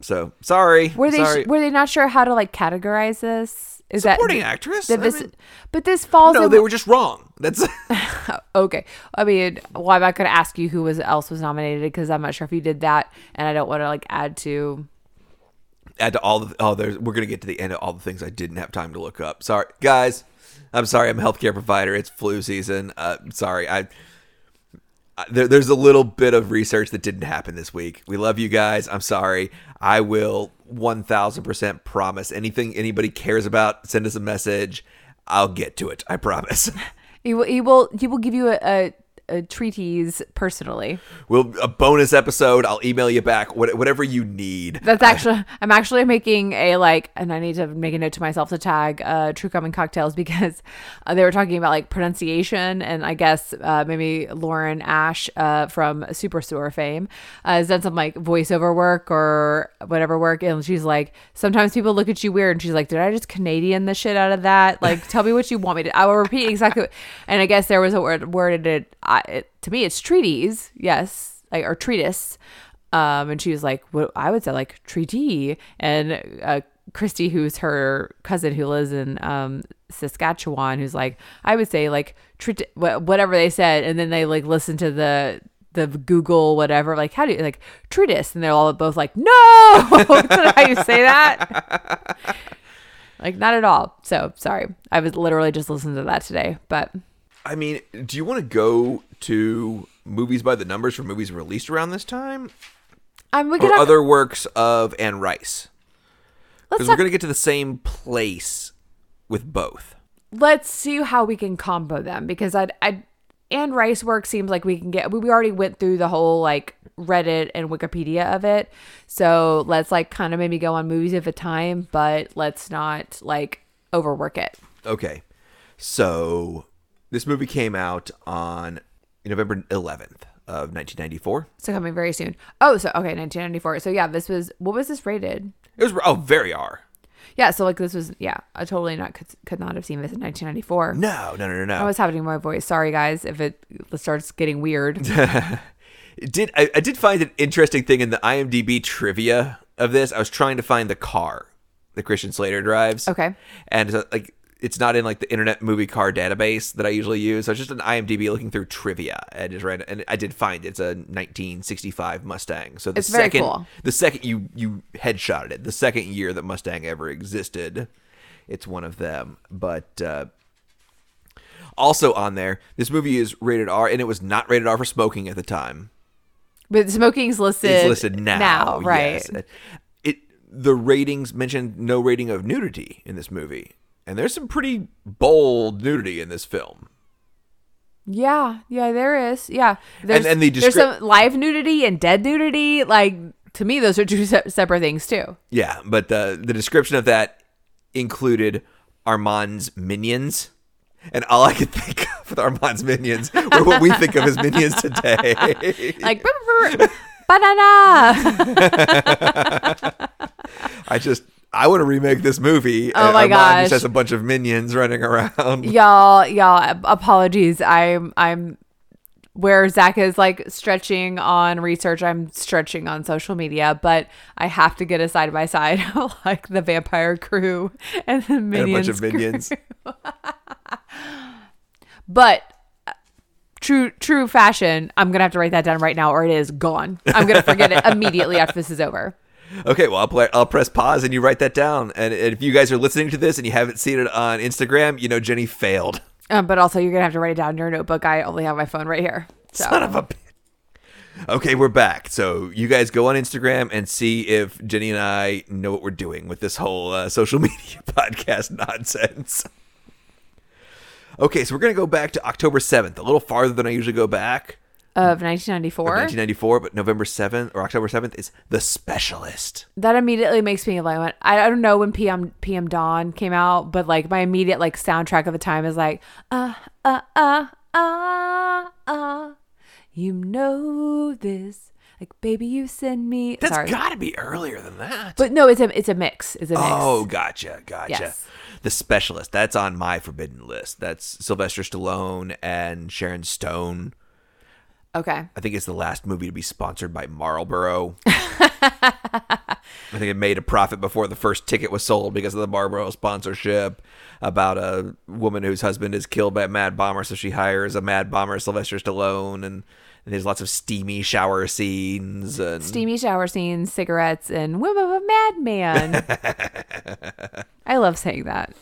S1: So sorry.
S2: Hmm. Were they
S1: sorry.
S2: were they not sure how to like categorize this? Is
S1: supporting
S2: that
S1: actress?
S2: that
S1: I
S2: this,
S1: mean-
S2: but this falls
S1: no,
S2: in
S1: they were just wrong. That's
S2: okay. I mean, well, I'm not going to ask you who was else was nominated because I'm not sure if you did that, and I don't want to like add to.
S1: add to all the oh, there's we're gonna get to the end of all the things I didn't have time to look up. Sorry, guys. I'm sorry. I'm a healthcare provider. It's flu season. Uh, sorry. I, I there, there's a little bit of research that didn't happen this week. We love you guys. I'm sorry. I will 1,000% promise anything anybody cares about. Send us a message. I'll get to it. I promise.
S2: He will. He will. He will give you a, a, a treatise personally.
S1: We'll a bonus episode. I'll email you back. What, whatever you need.
S2: That's actually. I'm actually making a like, and I need to make a note to myself to tag uh, True Common Cocktails because uh, they were talking about like pronunciation, and I guess uh, maybe Lauren Ash uh, from Super Store fame uh, has done some like voiceover work or whatever work, and she's like, sometimes people look at you weird, and she's like, did I just Canadian the shit out of that? Like, tell me what you want me to. I will repeat exactly. What, and I guess there was a word worded it, I, it to me. It's treaties, yes, like or treatise. Um, and she was like, what I would say, like treaty. And uh, Christy, who's her cousin who lives in um, Saskatchewan, who's like, I would say like treat wha- whatever they said. And then they like listen to the the Google whatever, like how do you like treatise? And they're all both like, no, that's not how you say that. like not at all. So sorry, I was literally just listening to that today, but.
S1: I mean, do you want to go to movies by the numbers for movies released around this time,
S2: Um, we
S1: or
S2: could have,
S1: other works of Anne Rice?
S2: let's,
S1: Because
S2: talk,
S1: we're going to get to the same place with both.
S2: let's see how we can combo them because I I and rice work seems like we can get we we already went through the whole like Reddit and Wikipedia of it. So let's like kind of maybe go on movies at a time, but let's not like overwork it.
S1: Okay, so this movie came out on November 11th of 1994.
S2: So coming very soon. Oh, so okay, 1994. So yeah, this was what was this rated?
S1: It was oh very R.
S2: Yeah, so like this was yeah, I totally not could, could not have seen this in 1994.
S1: No, no, no, no,
S2: I
S1: no.
S2: was having my voice. Sorry guys if it starts getting weird.
S1: It did I, I did find an interesting thing in the IMDb trivia of this. I was trying to find the car that Christian Slater drives.
S2: Okay.
S1: and so, like it's not in like the internet movie car database that I usually use. So it's just an IMDb looking through trivia. I just read and I did find it's a 1965 Mustang. So the
S2: It's very
S1: second
S2: cool.
S1: the second you you headshotted it, the second year that Mustang ever existed, it's one of them. But uh, also on there, this movie is rated R, and it was not rated R for smoking at the time.
S2: But smoking's listed
S1: It's listed now.
S2: right?
S1: yes. It the ratings mentioned no rating of nudity in this movie, and there's some pretty bold nudity in this film.
S2: Yeah, yeah, there is. Yeah, there's,
S1: and the
S2: there's
S1: descrip-
S2: some live nudity and dead nudity. Like to me, those are two se- separate things too.
S1: Yeah, but the the description of that included Armand's minions. And all I could think of with Armand's minions were what we think of as minions today.
S2: Like banana.
S1: I just I want to remake this movie.
S2: Oh my
S1: Armand
S2: gosh.
S1: just has a bunch of minions running around.
S2: y'all, y'all, ap- apologies. I'm, I'm. Where Zach is like stretching on research, I'm stretching on social media, but I have to get a side by side of like the vampire crew and the
S1: and a
S2: minions.
S1: bunch of
S2: crew.
S1: minions.
S2: But uh, true true fashion, I'm gonna have to write that down right now, or it is gone. I'm gonna forget it immediately after this is over.
S1: Okay, well, I'll, play, I'll press pause and you write that down. And, and if you guys are listening to this and you haven't seen it on Instagram, you know Jenny failed.
S2: Um, but also, you're gonna have to write it down in your notebook. I only have my phone right here. So
S1: Son of a bitch. Okay, we're back. So you guys go on Instagram and see if Jenny and I know what we're doing with this whole uh, social media podcast nonsense. Okay, so we're going to go back to October 7th, a little farther than I usually go back.
S2: of 1994,
S1: 1994, but November 7th or October 7th is The Specialist.
S2: that immediately makes me like, when- I I don't know when PM PM Dawn came out, but like my immediate like soundtrack of the time is like, uh uh uh ah, ah. You know this. Like, baby, you send me.
S1: That's
S2: Sorry.
S1: got to be earlier than that.
S2: but no, it's a it's a mix. It's a mix.
S1: Oh, gotcha, gotcha.
S2: Yes.
S1: The specialist. That's on my forbidden list. That's Sylvester Stallone and Sharon Stone.
S2: Okay.
S1: I think it's the last movie to be sponsored by Marlboro. I think it made a profit before the first ticket was sold because of the Marlboro sponsorship about a woman whose husband is killed by a mad bomber. So she hires a mad bomber, Sylvester Stallone, and, and there's lots of steamy shower scenes. And
S2: Steamy shower scenes, cigarettes, and whim of a madman. I love saying that.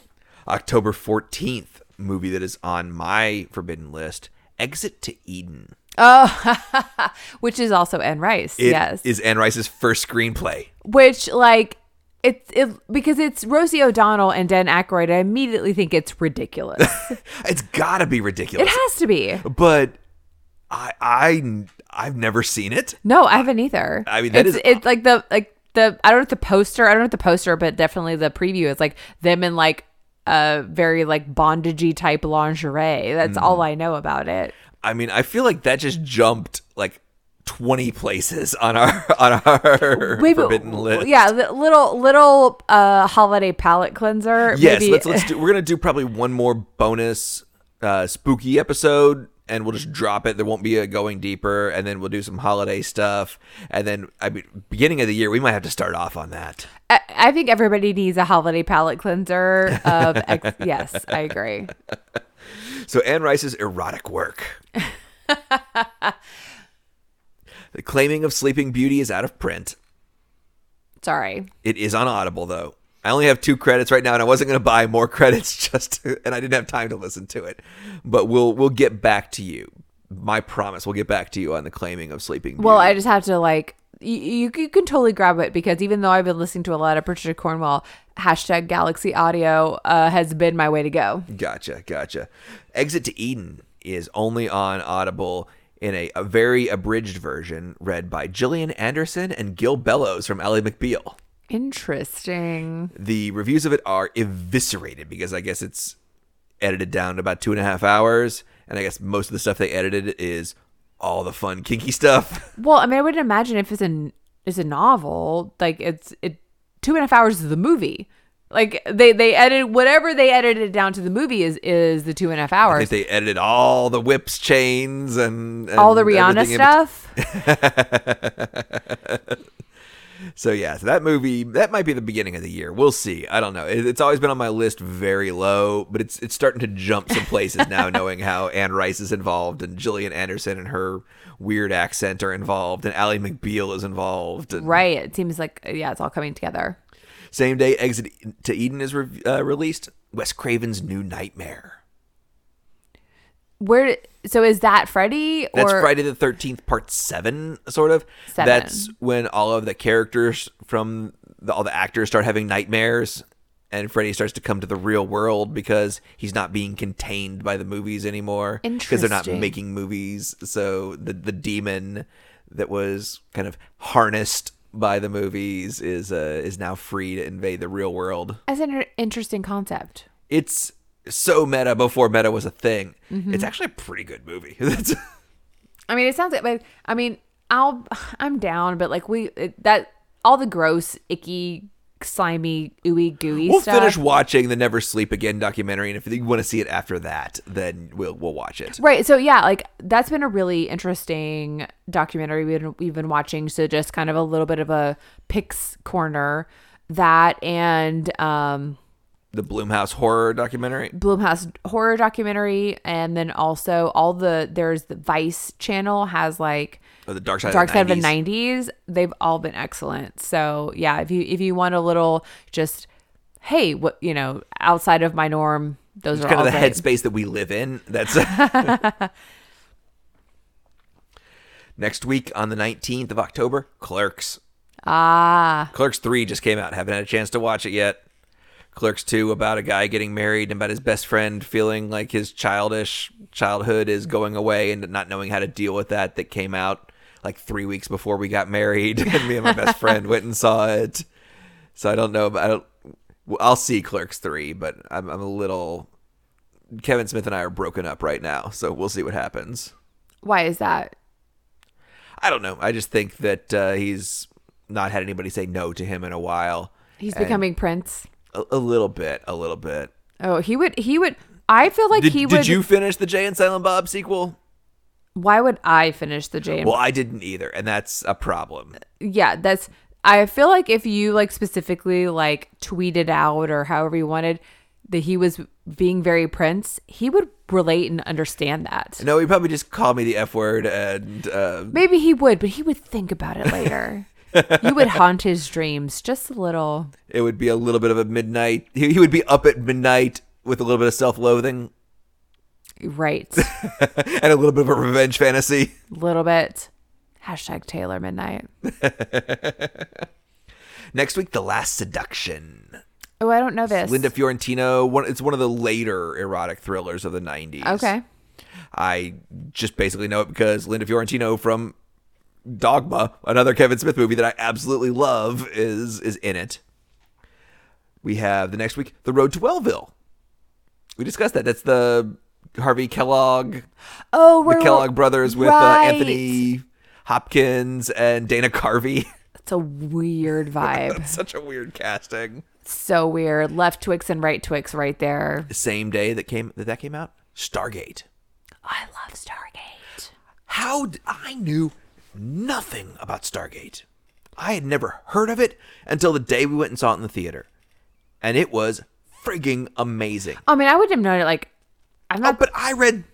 S1: October 14th, movie that is on my forbidden list Exit to Eden.
S2: Oh, which is also Anne Rice.
S1: It
S2: yes.
S1: Is Anne Rice's first screenplay.
S2: which like it's it because it's Rosie O'Donnell and Dan Aykroyd. I immediately think it's ridiculous.
S1: It's got to be
S2: it
S1: ridiculous.
S2: has to be.
S1: but I I I've never seen it.
S2: No, I haven't either.
S1: I mean, that
S2: it's,
S1: is-
S2: it's like the like the I don't know if the poster. I don't know if the poster, but definitely the preview is like them in like a very like bondagey type lingerie. That's
S1: Mm-hmm.
S2: all I know about it.
S1: I mean, I feel like that just jumped like 20 places on our on our
S2: Wait, but-
S1: forbidden list.
S2: Yeah, the little little uh holiday palette cleanser.
S1: Yes,
S2: maybe-
S1: let's let's do we're going to do probably one more bonus uh spooky episode and we'll just drop it. There won't be a going deeper and then we'll do some holiday stuff and then I mean beginning of the year we might have to start off on that.
S2: I, I think everybody needs a holiday palette cleanser of ex- yes, I agree.
S1: So Anne Rice's erotic work. the claiming of Sleeping Beauty is out of print.
S2: Sorry.
S1: It is on Audible though. I only have two credits right now, and I wasn't going to buy more credits just, to, and I didn't have time to listen to it. But we'll we'll get back to you. My promise, we'll get back to you on the claiming of sleeping.
S2: Well,
S1: Beauty.
S2: I just have to like you, you can totally grab it because even though I've been listening to a lot of Patricia Cornwall, hashtag Galaxy Audio uh, has been my way to go.
S1: gotcha, gotcha. Exit to Eden is only on Audible in a, a very abridged version, read by Gillian Anderson and Gil Bellows from Ally McBeal.
S2: Interesting.
S1: The reviews of it are eviscerated because I guess it's edited down to about two and a half hours, and I guess most of the stuff they edited is all the fun kinky stuff.
S2: Well, I mean, I wouldn't imagine if it's a it's a novel like it's it two and a half hours of the movie. Like they they edited whatever they edited down to the movie is is the two and a half
S1: I
S2: hours.
S1: think they edited all the whips, chains, and, and
S2: All the Rihanna
S1: everything in bet-
S2: stuff.
S1: So yeah, so that movie that might be the beginning of the year. We'll see. I don't know. It, it's always been on my list very low, but it's it's starting to jump some places now, knowing how Anne Rice is involved and Gillian Anderson and her weird accent are involved, and Ally McBeal is involved. And
S2: right. It seems like yeah, it's all coming together.
S1: Same day, Exit to Eden is re- uh, released. Wes Craven's New Nightmare.
S2: Where so is that Freddy or
S1: That's Friday the Thirteenth, Part Seven, sort of.
S2: Seven.
S1: That's when all of the characters from the, all the actors start having nightmares, and Freddy starts to come to the real world because he's not being contained by the movies anymore. Because they're not
S2: Interesting.
S1: making movies, so the the demon that was kind of harnessed by the movies is uh, is now free to invade the real world.
S2: That's an interesting concept.
S1: It's so meta before meta was a thing. It's actually a pretty good movie. That's-
S2: I mean, it sounds like, but I mean, I'll, I'm down, but like we, it, that, all the gross, icky, slimy, ooey gooey
S1: We'll
S2: stuff.
S1: finish watching the Never Sleep Again documentary, and if you want to see it after that, then we'll we'll watch it.
S2: Right. So yeah, like that's been a really interesting documentary we've been, we've been watching. So just kind of a little bit of a picks corner that and um
S1: The Bloomhouse horror documentary.
S2: Bloomhouse horror documentary and then also all the there's the Vice channel has like
S1: Or the Dark Side.
S2: Dark
S1: of
S2: Side
S1: the
S2: of the
S1: 90s.
S2: '90s. They've all been excellent. So yeah, if you if you want a little just hey, what you know, outside of my norm, those are
S1: Kind
S2: all
S1: of the
S2: great.
S1: headspace that we live in. That's. Next week on the 19th of October, Clerks.
S2: Ah,
S1: Clerks 3 just came out. Haven't had a chance to watch it yet. Clerks 2 about a guy getting married and about his best friend feeling like his childish childhood is going away and not knowing how to deal with that that came out like 3 weeks before we got married and me and my best friend went and saw it. So I don't know but I don't well, I'll see Clerks 3, but I'm I'm a little Kevin Smith and I are broken up right now, so we'll see what happens.
S2: Why is that?
S1: I don't know. I just think that uh, he's not had anybody say no to him in a while.
S2: He's becoming Prince.
S1: A, a little bit, a little bit.
S2: Oh, he would. He would. I feel like
S1: Did,
S2: he
S1: did
S2: would.
S1: you finish the Jay and Silent Bob sequel?
S2: why would I finish the Jane?
S1: Well, I didn't either, and that's a problem.
S2: yeah, that's. I feel like if you like specifically like tweeted out or however you wanted that he was being very Prince, he would relate and understand that.
S1: No, he probably just called me the F word, and uh,
S2: Maybe he would, but he would think about it later. you would haunt his dreams just a little.
S1: it would be a little bit of a midnight. He, he would be up at midnight with a little bit of self loathing
S2: Right.
S1: and a little bit of a revenge fantasy.
S2: little bit. Hashtag Taylor Midnight.
S1: Next week, The Last Seduction.
S2: Oh, I don't know this.
S1: Linda Fiorentino. One, it's one of the later erotic thrillers of the 90s.
S2: Okay.
S1: I just basically know it because Linda Fiorentino from Dogma, another Kevin Smith movie that I absolutely love, is is in it. We have the next week, The Road to Wellville. We discussed that. That's the Harvey Kellogg,
S2: Oh,
S1: the
S2: we're
S1: Kellogg brothers with
S2: right.
S1: uh, Anthony Hopkins and Dana Carvey.
S2: It's a weird vibe.
S1: Such a weird casting.
S2: so weird. Left Twix and right Twix right there.
S1: The same day that came that that came out, Stargate.
S2: I love Stargate.
S1: How d- I knew nothing about Stargate. I had never heard of it until the day we went and saw it in the theater, and it was frigging amazing.
S2: I mean, I would have known it like I'm
S1: Oh,
S2: not
S1: but I read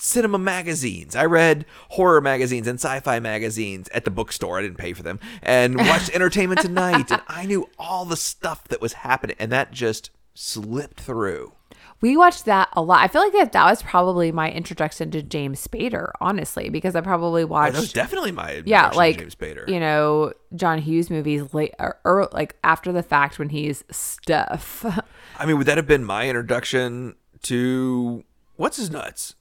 S1: cinema magazines, I read horror magazines and sci-fi magazines at the bookstore. I didn't pay for them, and watched Entertainment Tonight, and I knew all the stuff that was happening, and that just slipped through.
S2: we watched that a lot. I feel like that that was probably my introduction to James Spader, honestly, because I probably watched
S1: That was definitely my
S2: yeah,
S1: introduction to
S2: like
S1: James Spader.
S2: you know John Hughes movies late or, or like after the fact when he's stuff.
S1: I mean, would that have been my introduction to what's his nuts?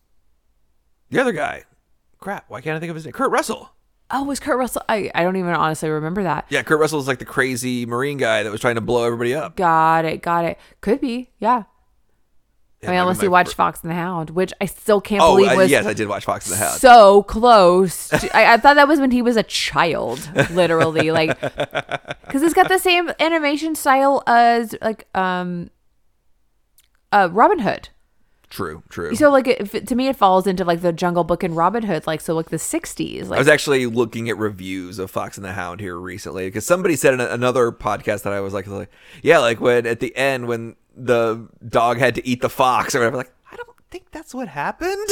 S1: The other guy. Crap, why can't I think of his name? Kurt Russell.
S2: oh, was Kurt Russell? I I don't even honestly remember that.
S1: Yeah, Kurt Russell is like the crazy Marine guy that was trying to blow everybody up.
S2: Got it, got it. Could be, yeah. I mean, unless you watch Fox and the Hound, which I still can't
S1: Oh,
S2: believe
S1: I-
S2: was
S1: yes, I did watch Fox in the House.
S2: so close. to- I, I thought that was when he was a child, literally, like because it's got the same animation style as like um uh Robin Hood.
S1: true, true.
S2: So like it, f- to me, it falls into like the Jungle Book and Robin Hood, like so like the '60s,
S1: I
S2: like
S1: was actually looking at reviews of Fox and the Hound here recently because somebody said in a- another podcast that I was like, like, yeah, like when at the end when the dog had to eat the fox or whatever, like, I don't think that's what happened.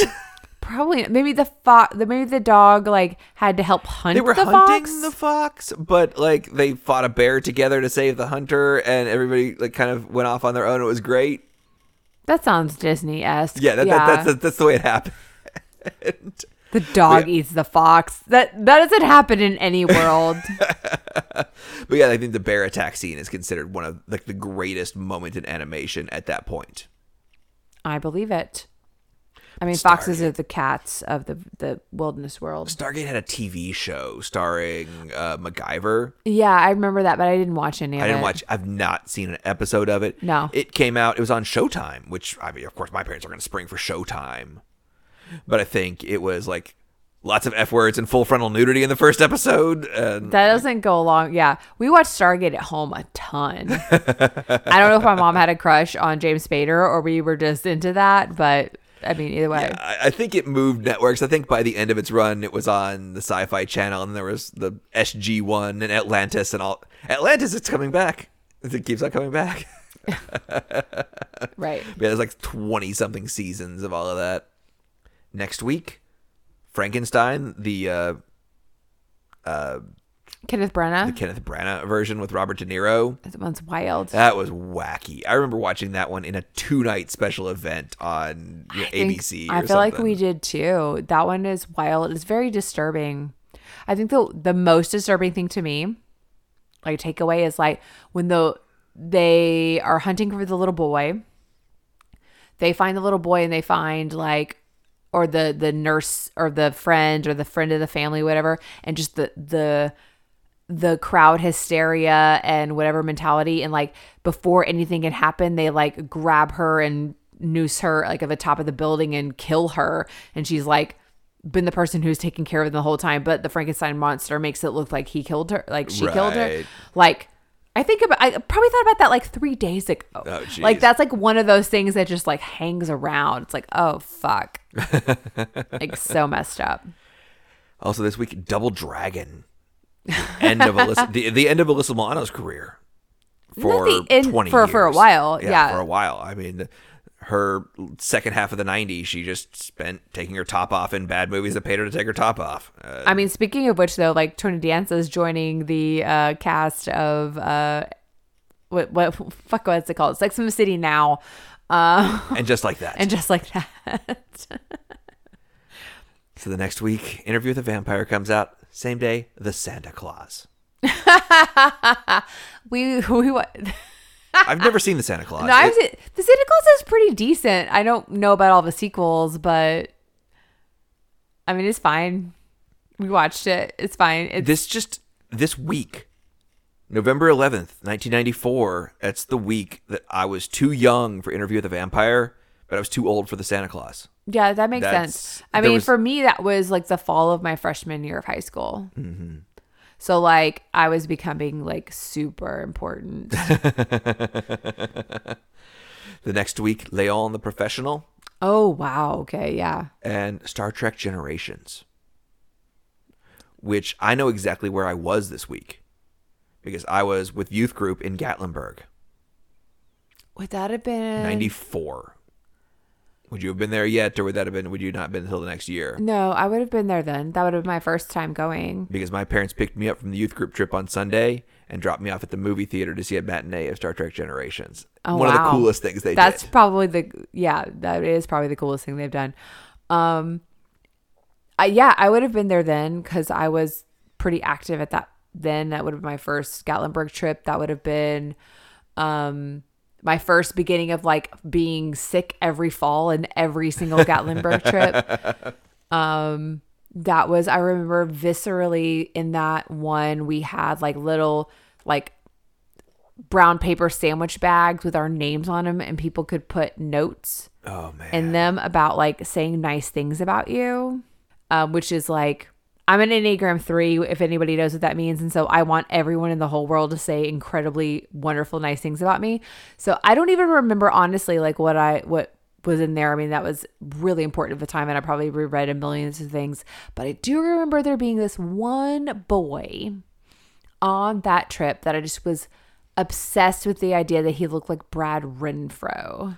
S2: probably maybe the fo- the maybe the dog like had to help hunt
S1: they were
S2: the
S1: hunting
S2: fox.
S1: the fox, but like they fought a bear together to save the hunter, and everybody like kind of went off on their own. It was great.
S2: that sounds Disney esque.
S1: Yeah, that, That, that's that's the way it happened.
S2: the dog eats the fox. That that doesn't happen in any world.
S1: But yeah, I think the bear attack scene is considered one of like the greatest moment in animation at that point.
S2: I believe it. I mean, foxes are the cats of the the wilderness world.
S1: Stargate had a TV show starring uh, MacGyver.
S2: Yeah, I remember that, but I didn't watch any of
S1: I didn't
S2: it.
S1: watch. I've not seen an episode of it.
S2: No.
S1: it came out. It was on Showtime, which I mean, of course, my parents are going to spring for Showtime. But I think it was like lots of f words and full frontal nudity in the first episode. And
S2: That doesn't go along. Yeah, we watched Stargate at home a ton. I don't know if my mom had a crush on James Spader or we were just into that, but I mean, either way,
S1: I, I think it moved networks. I think by the end of its run, it was on the Sci-Fi Channel, and there was the SG One and Atlantis and all. Atlantis, it's coming back. It keeps on coming back.
S2: right?
S1: Yeah, there's like 20 something seasons of all of that. Next week, Frankenstein, the uh,
S2: Kenneth Branagh.
S1: Kenneth Branagh version with Robert De Niro.
S2: That one's wild.
S1: That was wacky. I remember watching that one in a two night special event on you know,
S2: I think-
S1: ABC. Or
S2: I feel
S1: something.
S2: like we did too. That one is wild. It's very disturbing. I think the the most disturbing thing to me, like takeaway, is like when the they are hunting for the little boy. They find the little boy and they find like, or the the nurse or the friend or the friend of the family, whatever, and just the the the crowd hysteria and whatever mentality and like before anything can happen they like grab her and noose her like at the top of the building and kill her. And she's like been the person who's taken care of them the whole time, but the Frankenstein monster makes it look like he killed her, like she killed her.
S1: Right.
S2: Like I think about I probably thought about that like 3 days ago.
S1: Oh, geez.
S2: like that's like one of those things that just like hangs around. It's like, "Oh fuck." like so messed up.
S1: Also, this week, Double Dragon, the end of Alyssa, the, the end of Alyssa Milano's career for
S2: the end-
S1: twenty
S2: for- for a
S1: years.
S2: while, yeah.
S1: for a while. I mean, her second half of the '90s, she just spent taking her top off in bad movies that paid her to take her top off. Uh,
S2: I mean, speaking of which, though, like Tony Danza's joining the uh, cast of uh, what what fuck what's it called? Sex and the City now, uh,
S1: and just like that.
S2: and just like that.
S1: so the next week, Interview with a Vampire comes out. Same day, The Santa Claus.
S2: we we wa-
S1: I've never seen The Santa Claus.
S2: no,
S1: It-
S2: I was, the Santa Claus is pretty decent. I don't know about all the sequels, but I mean, it's fine. We watched it. It's fine. It's
S1: this just this week november 11th 1994 that's the week that i was too young for interview with the vampire but i was too old for the santa claus
S2: yeah, that makes
S1: That's-
S2: sense. I
S1: there
S2: mean,
S1: was-
S2: for me, that was like the fall of my freshman year of high school.
S1: Mm-hmm.
S2: So like, I was becoming like super important.
S1: the next week leon the professional
S2: oh wow. Okay. Yeah.
S1: and star trek generations which i know exactly where i was this week because i was with youth group in gatlinburg
S2: Would that have been
S1: 94 would you have been there yet or would that have been would you not have been until the next year
S2: No, I would have been there then. That would have been my first time going.
S1: because my parents picked me up from the youth group trip on Sunday and dropped me off at the movie theater to see a matinee of Star Trek Generations.
S2: Oh,
S1: One of the
S2: wow.
S1: coolest things they
S2: That's
S1: did.
S2: probably the yeah, that is probably the coolest thing they've done. Um I yeah, I would have been there then cuz I was pretty active at that then. That would have been my first Gatlinburg trip. That would have been um my first beginning of like being sick every fall and every single Gatlinburg trip. Um that was I remember viscerally in that one we had like little like brown paper sandwich bags with our names on them and people could put notes
S1: Oh man.
S2: in them about like saying nice things about you um, which is like i'm an enneagram 3 if anybody knows what that means and so i want everyone in the whole world to say incredibly wonderful nice things about me so i don't even remember honestly like what i what was in there i mean that was really important at the time and i probably reread a million of things but i do remember there being this one boy on that trip that I just was obsessed with the idea that he looked like Brad Renfro,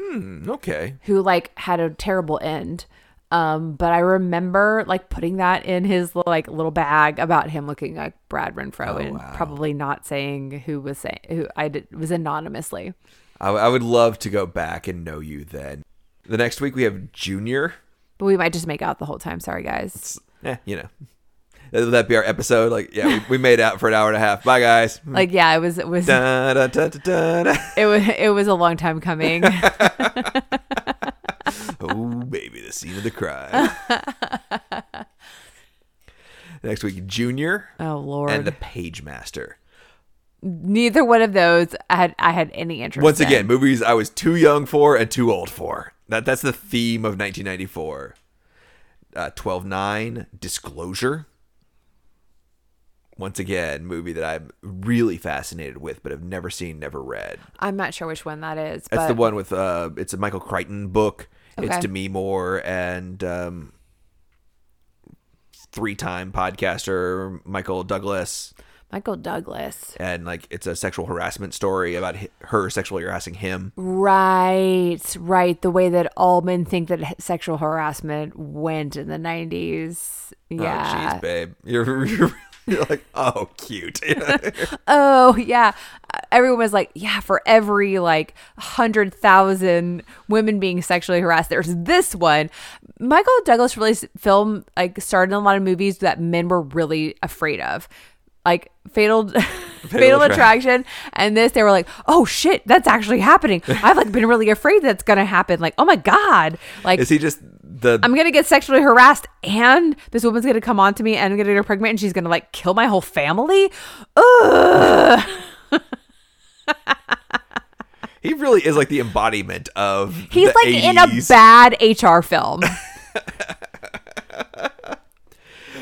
S1: Mm, okay.
S2: who like had a terrible end. Um, but I remember like putting that in his like little bag about him looking like Brad
S1: Oh,
S2: Renfro and probably not saying who was saying who I did it was anonymously.
S1: I, I would love to go back and know you then. The next week we have Junior.
S2: But we might just make out the whole time. Sorry, guys.
S1: Eh, you know. Would that be our episode? Like, yeah, we, we made out for an hour and a half. Bye, guys.
S2: Like, yeah, it was it was it
S1: Da, da, da, da, da.
S2: was it was a long time coming.
S1: Oh, baby, the scene of the crime. Next week, Junior
S2: oh Lord,
S1: and the Page Master.
S2: neither one of those I had I had any interest.
S1: Once
S2: in.
S1: again, movies I was too young for and too old for. That that's the theme of 1994. Uh, 12-9, Disclosure. Once again, movie that I'm really fascinated with, but have never seen, never read.
S2: I'm not sure which one that is.
S1: That's
S2: but
S1: the one with uh, it's a Michael Crichton book. It's
S2: Okay.
S1: Demi Moore and um, three-time podcaster Michael Douglas,
S2: Michael Douglas.
S1: and like it's a sexual harassment story about hi- her sexually harassing him.
S2: Right, right. The way that all men think that h- sexual harassment went in the 90s.
S1: Oh, jeez,
S2: Yeah.
S1: babe. You're, you're, you're like, oh, cute.
S2: Oh, yeah. Uh, Everyone was like, yeah, for every like 100,000 women being sexually harassed, there's this one. Michael Douglas really s- film like starred in a lot of movies that men were really afraid of. Like fatal fatal
S1: Attraction.
S2: attraction. action. and this they were like oh shit that's actually happening i've like been really afraid that's gonna happen like oh my god like
S1: Is he just the?
S2: i'm gonna get sexually harassed and this woman's gonna come on to me and i'm gonna get her pregnant and she's gonna like kill my whole family Ugh.
S1: He really is like the embodiment of
S2: He's
S1: the
S2: like in a
S1: 80s.
S2: bad HR film.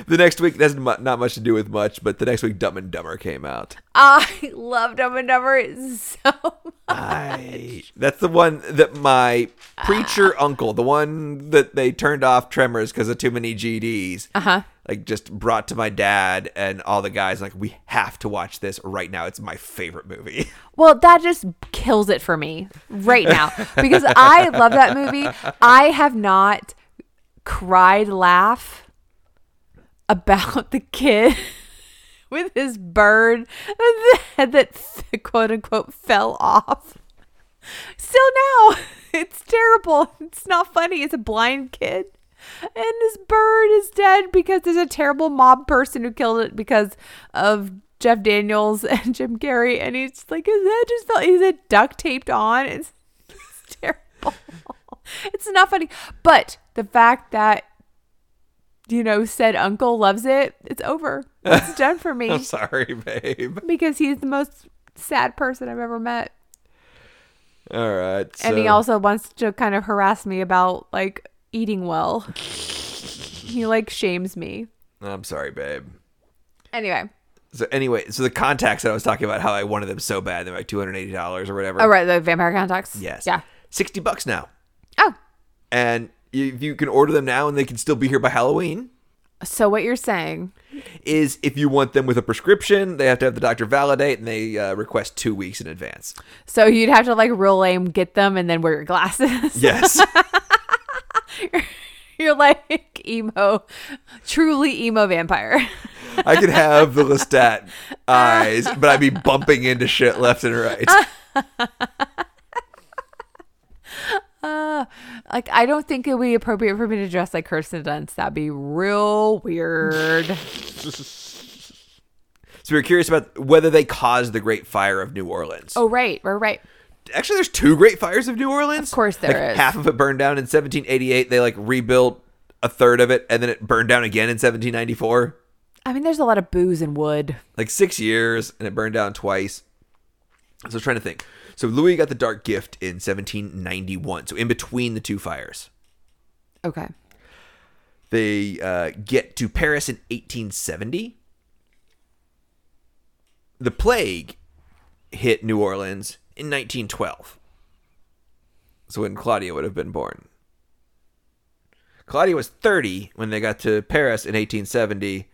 S1: The next week, that's mu- not much to do with much, but the next week, Dumb and Dumber came out.
S2: I love Dumb and Dumber so much.
S1: I, that's the one that my
S2: Ah.
S1: preacher uncle, the one that they turned off Tremors because of too many GDs, uh-huh. like just brought to my dad and all the guys. Like, we have to watch this right now. It's my favorite movie.
S2: Well, that just kills it for me right now because I love that movie. I have not cried laugh about the kid with his bird and the head that quote unquote fell off. Still now, it's terrible. It's not funny. It's a blind kid. And this bird is dead because there's a terrible mob person who killed it because of Jeff Daniels and Jim Carrey. And he's just like, his head just fell. His head duct taped on. It's, it's terrible. it's not funny. But the fact that, you know, said uncle loves it, it's over. It's done for me
S1: I'm sorry, babe.
S2: because he's the most sad person I've ever met.
S1: All right.
S2: And he
S1: so-
S2: also wants to kind of harass me about like eating well. he like shames me.
S1: I'm sorry, babe.
S2: Anyway.
S1: So anyway, so the contacts that I was talking about, how I wanted them so bad, they're like two hundred eighty dollars or whatever.
S2: Oh right, the vampire contacts.
S1: Yes.
S2: Yeah.
S1: Sixty bucks now,
S2: Oh.
S1: and if you can order them now, and they can still be here by Halloween.
S2: So what you're saying
S1: Is if you want them with a prescription, they have to have the doctor validate, and they uh, request two weeks in advance.
S2: so you'd have to like real aim, get them, and then wear your glasses.
S1: Yes.
S2: You're like emo, truly emo vampire.
S1: I could have the Lestat eyes, but I'd be bumping into shit left and right.
S2: Uh, Like I don't think it would be appropriate for me to dress like Kirsten Dunst. That'd be real weird.
S1: So we were curious about whether they caused the Great Fire of New Orleans.
S2: oh right, right, right.
S1: actually there's two great fires of new orleans
S2: Of course there
S1: there is.
S2: is.
S1: half of it burned down in 1788 they like rebuilt a third of it and then it burned down again in 1794
S2: I mean, there's a lot of booze and wood.
S1: like six years and it burned down twice so i was trying to think so louis got the dark gift in 1791 so in between the two fires
S2: Okay.
S1: they uh, get to paris in 1870 the plague hit new orleans in 1912 so when claudia would have been born claudia was 30 when they got to paris in 1870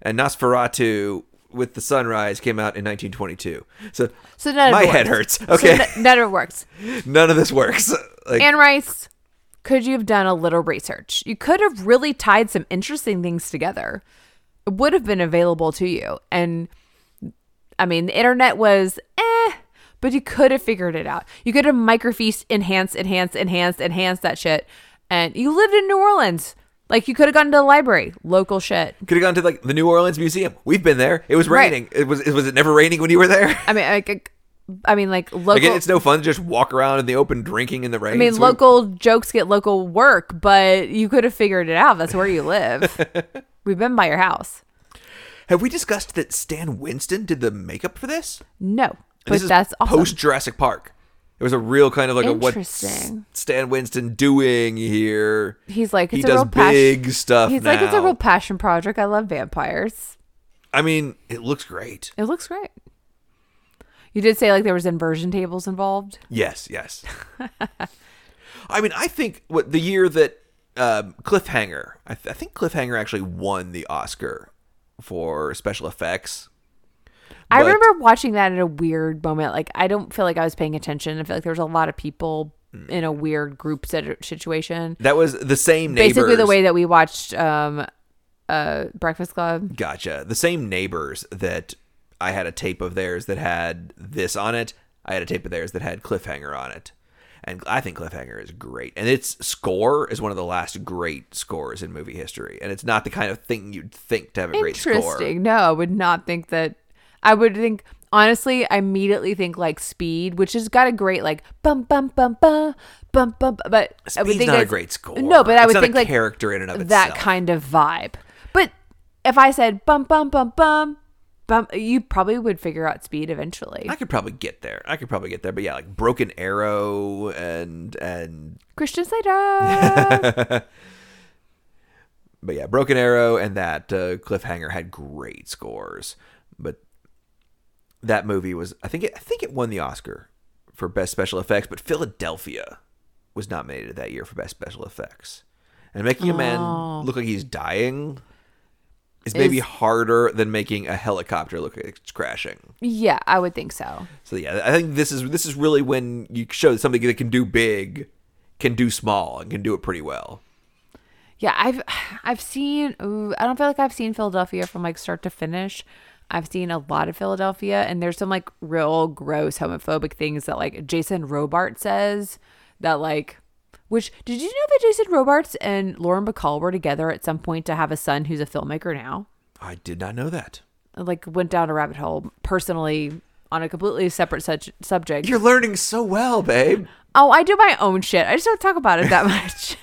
S1: and nosferatu with the sunrise came out in 1922 so
S2: So none of
S1: my
S2: it
S1: head
S2: works.
S1: hurts okay
S2: So n- none of it works.
S1: none of this works like
S2: Anne Rice, could you have done a little research? You could have really tied some interesting things together. It would have been available to you. And I mean, the internet was eh, but you could have figured it out. You could have microfiche, enhanced, enhanced, enhanced, enhanced that shit. And you lived in New Orleans. Like you could have gone to the library, local shit.
S1: could have gone to like the new orleans museum we've been there it was
S2: Right.
S1: raining it was was it never raining when you were there
S2: I mean, like, I mean, like local.
S1: Again, it's no fun to just walk around in the open drinking in the rain.
S2: I mean,
S1: So we-
S2: local jokes get local work, but you could have figured it out. That's where you live. We've been by your house.
S1: have we discussed that Stan Winston did the makeup for this?
S2: No,
S1: And
S2: but
S1: this is
S2: that's awesome.
S1: post Jurassic Park. It was a real kind of like a what
S2: Interesting.
S1: Stan Winston doing here?
S2: He's like,
S1: he
S2: it's a
S1: does
S2: real passion.
S1: big stuff.
S2: He's like, it's a
S1: now."
S2: real passion project. I love vampires.
S1: I mean, it looks great.
S2: It looks great. You did say like there was inversion tables involved.
S1: Yes, yes. I mean, I think what the year that um, Cliffhanger, I, th- I think Cliffhanger actually won the Oscar for special effects.
S2: I
S1: But-
S2: remember watching that in a weird moment. Like I don't feel like I was paying attention. I feel like there was a lot of people
S1: Mm.
S2: in a weird group sit- situation.
S1: That was the same neighbors.
S2: Basically, the way that we watched um, uh, Breakfast Club.
S1: Gotcha. The same neighbors that I had a tape of theirs that had this on it. I had a tape of theirs that had Cliffhanger on it. And I think Cliffhanger is great. And its score is one of the last great scores in movie history. And it's not the kind of thing you'd think to have a great score.
S2: Interesting. No, I would not think that. I would think honestly. I immediately think like Speed, which has got a great like bum bum bum bum bum bum. bu- But I would
S1: Speed's
S2: think
S1: not a
S2: it's-
S1: great score.
S2: No, but I
S1: It's
S2: would
S1: not a
S2: think like
S1: character in and of
S2: that
S1: itself.
S2: kind of vibe. But if I said bum bum bum bum bump, you probably would figure out speed eventually.
S1: I could probably get there. I could probably get there. But yeah, like Broken Arrow and and
S2: Christian Slater.
S1: but yeah, Broken Arrow and that uh, cliffhanger had great scores. But that movie was I think it I think it won the Oscar for best special effects, but Philadelphia was nominated that year for best special effects. And making a man look like he's dying is maybe
S2: Is-
S1: harder than making a helicopter look like it's crashing.
S2: yeah, I would think so.
S1: So yeah, I think this is this is really when you show that something that can do big can do small and can do it pretty well.
S2: Yeah, I've I've seen ooh, I don't feel like I've seen Philadelphia from like start to finish. I've seen a lot of Philadelphia and there's some like real gross homophobic things that like Jason Robart says that like which did you know that Jason Robarts and Lauren Bacall were together at some point to have a son who's a filmmaker now?
S1: I did not know that.
S2: I, like went down a rabbit hole personally on a completely separate such subject.
S1: You're learning so well, babe.
S2: oh, I do my own shit. I just don't talk about it that much.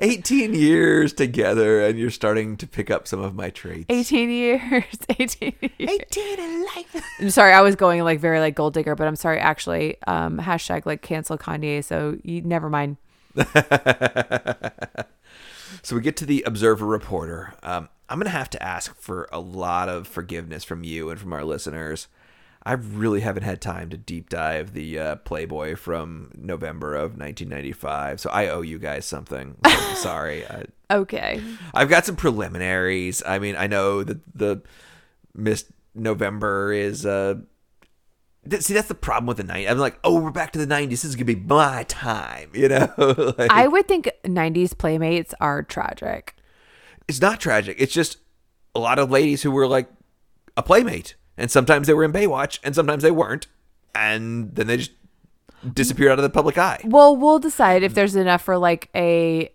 S1: 18 years together and you're starting to pick up some of my traits.
S2: 18 years. 18 years.
S1: 18 in life.
S2: I'm sorry, I was going like very like gold digger, but I'm sorry, actually, um, hashtag like cancel Kanye. So you never mind.
S1: So we get to the Observer Reporter. Um, I'm going to have to ask for a lot of forgiveness from you and from our listeners. I really haven't had time to deep dive the uh, Playboy from November of 1995, so I owe you guys something. So I'm sorry. I,
S2: Okay.
S1: I've got some preliminaries. I mean, I know that the Miss November is uh th- see that's the problem with the 90s. I'm like, "Oh, we're back to the 90s. This is going to be my time." You know? Like,
S2: I would think 90s playmates are tragic.
S1: it's not tragic. It's just a lot of ladies who were like a playmate, and sometimes they were in Baywatch and sometimes they weren't, and then they just disappeared out of the public eye.
S2: Well, we'll decide if there's enough for like a.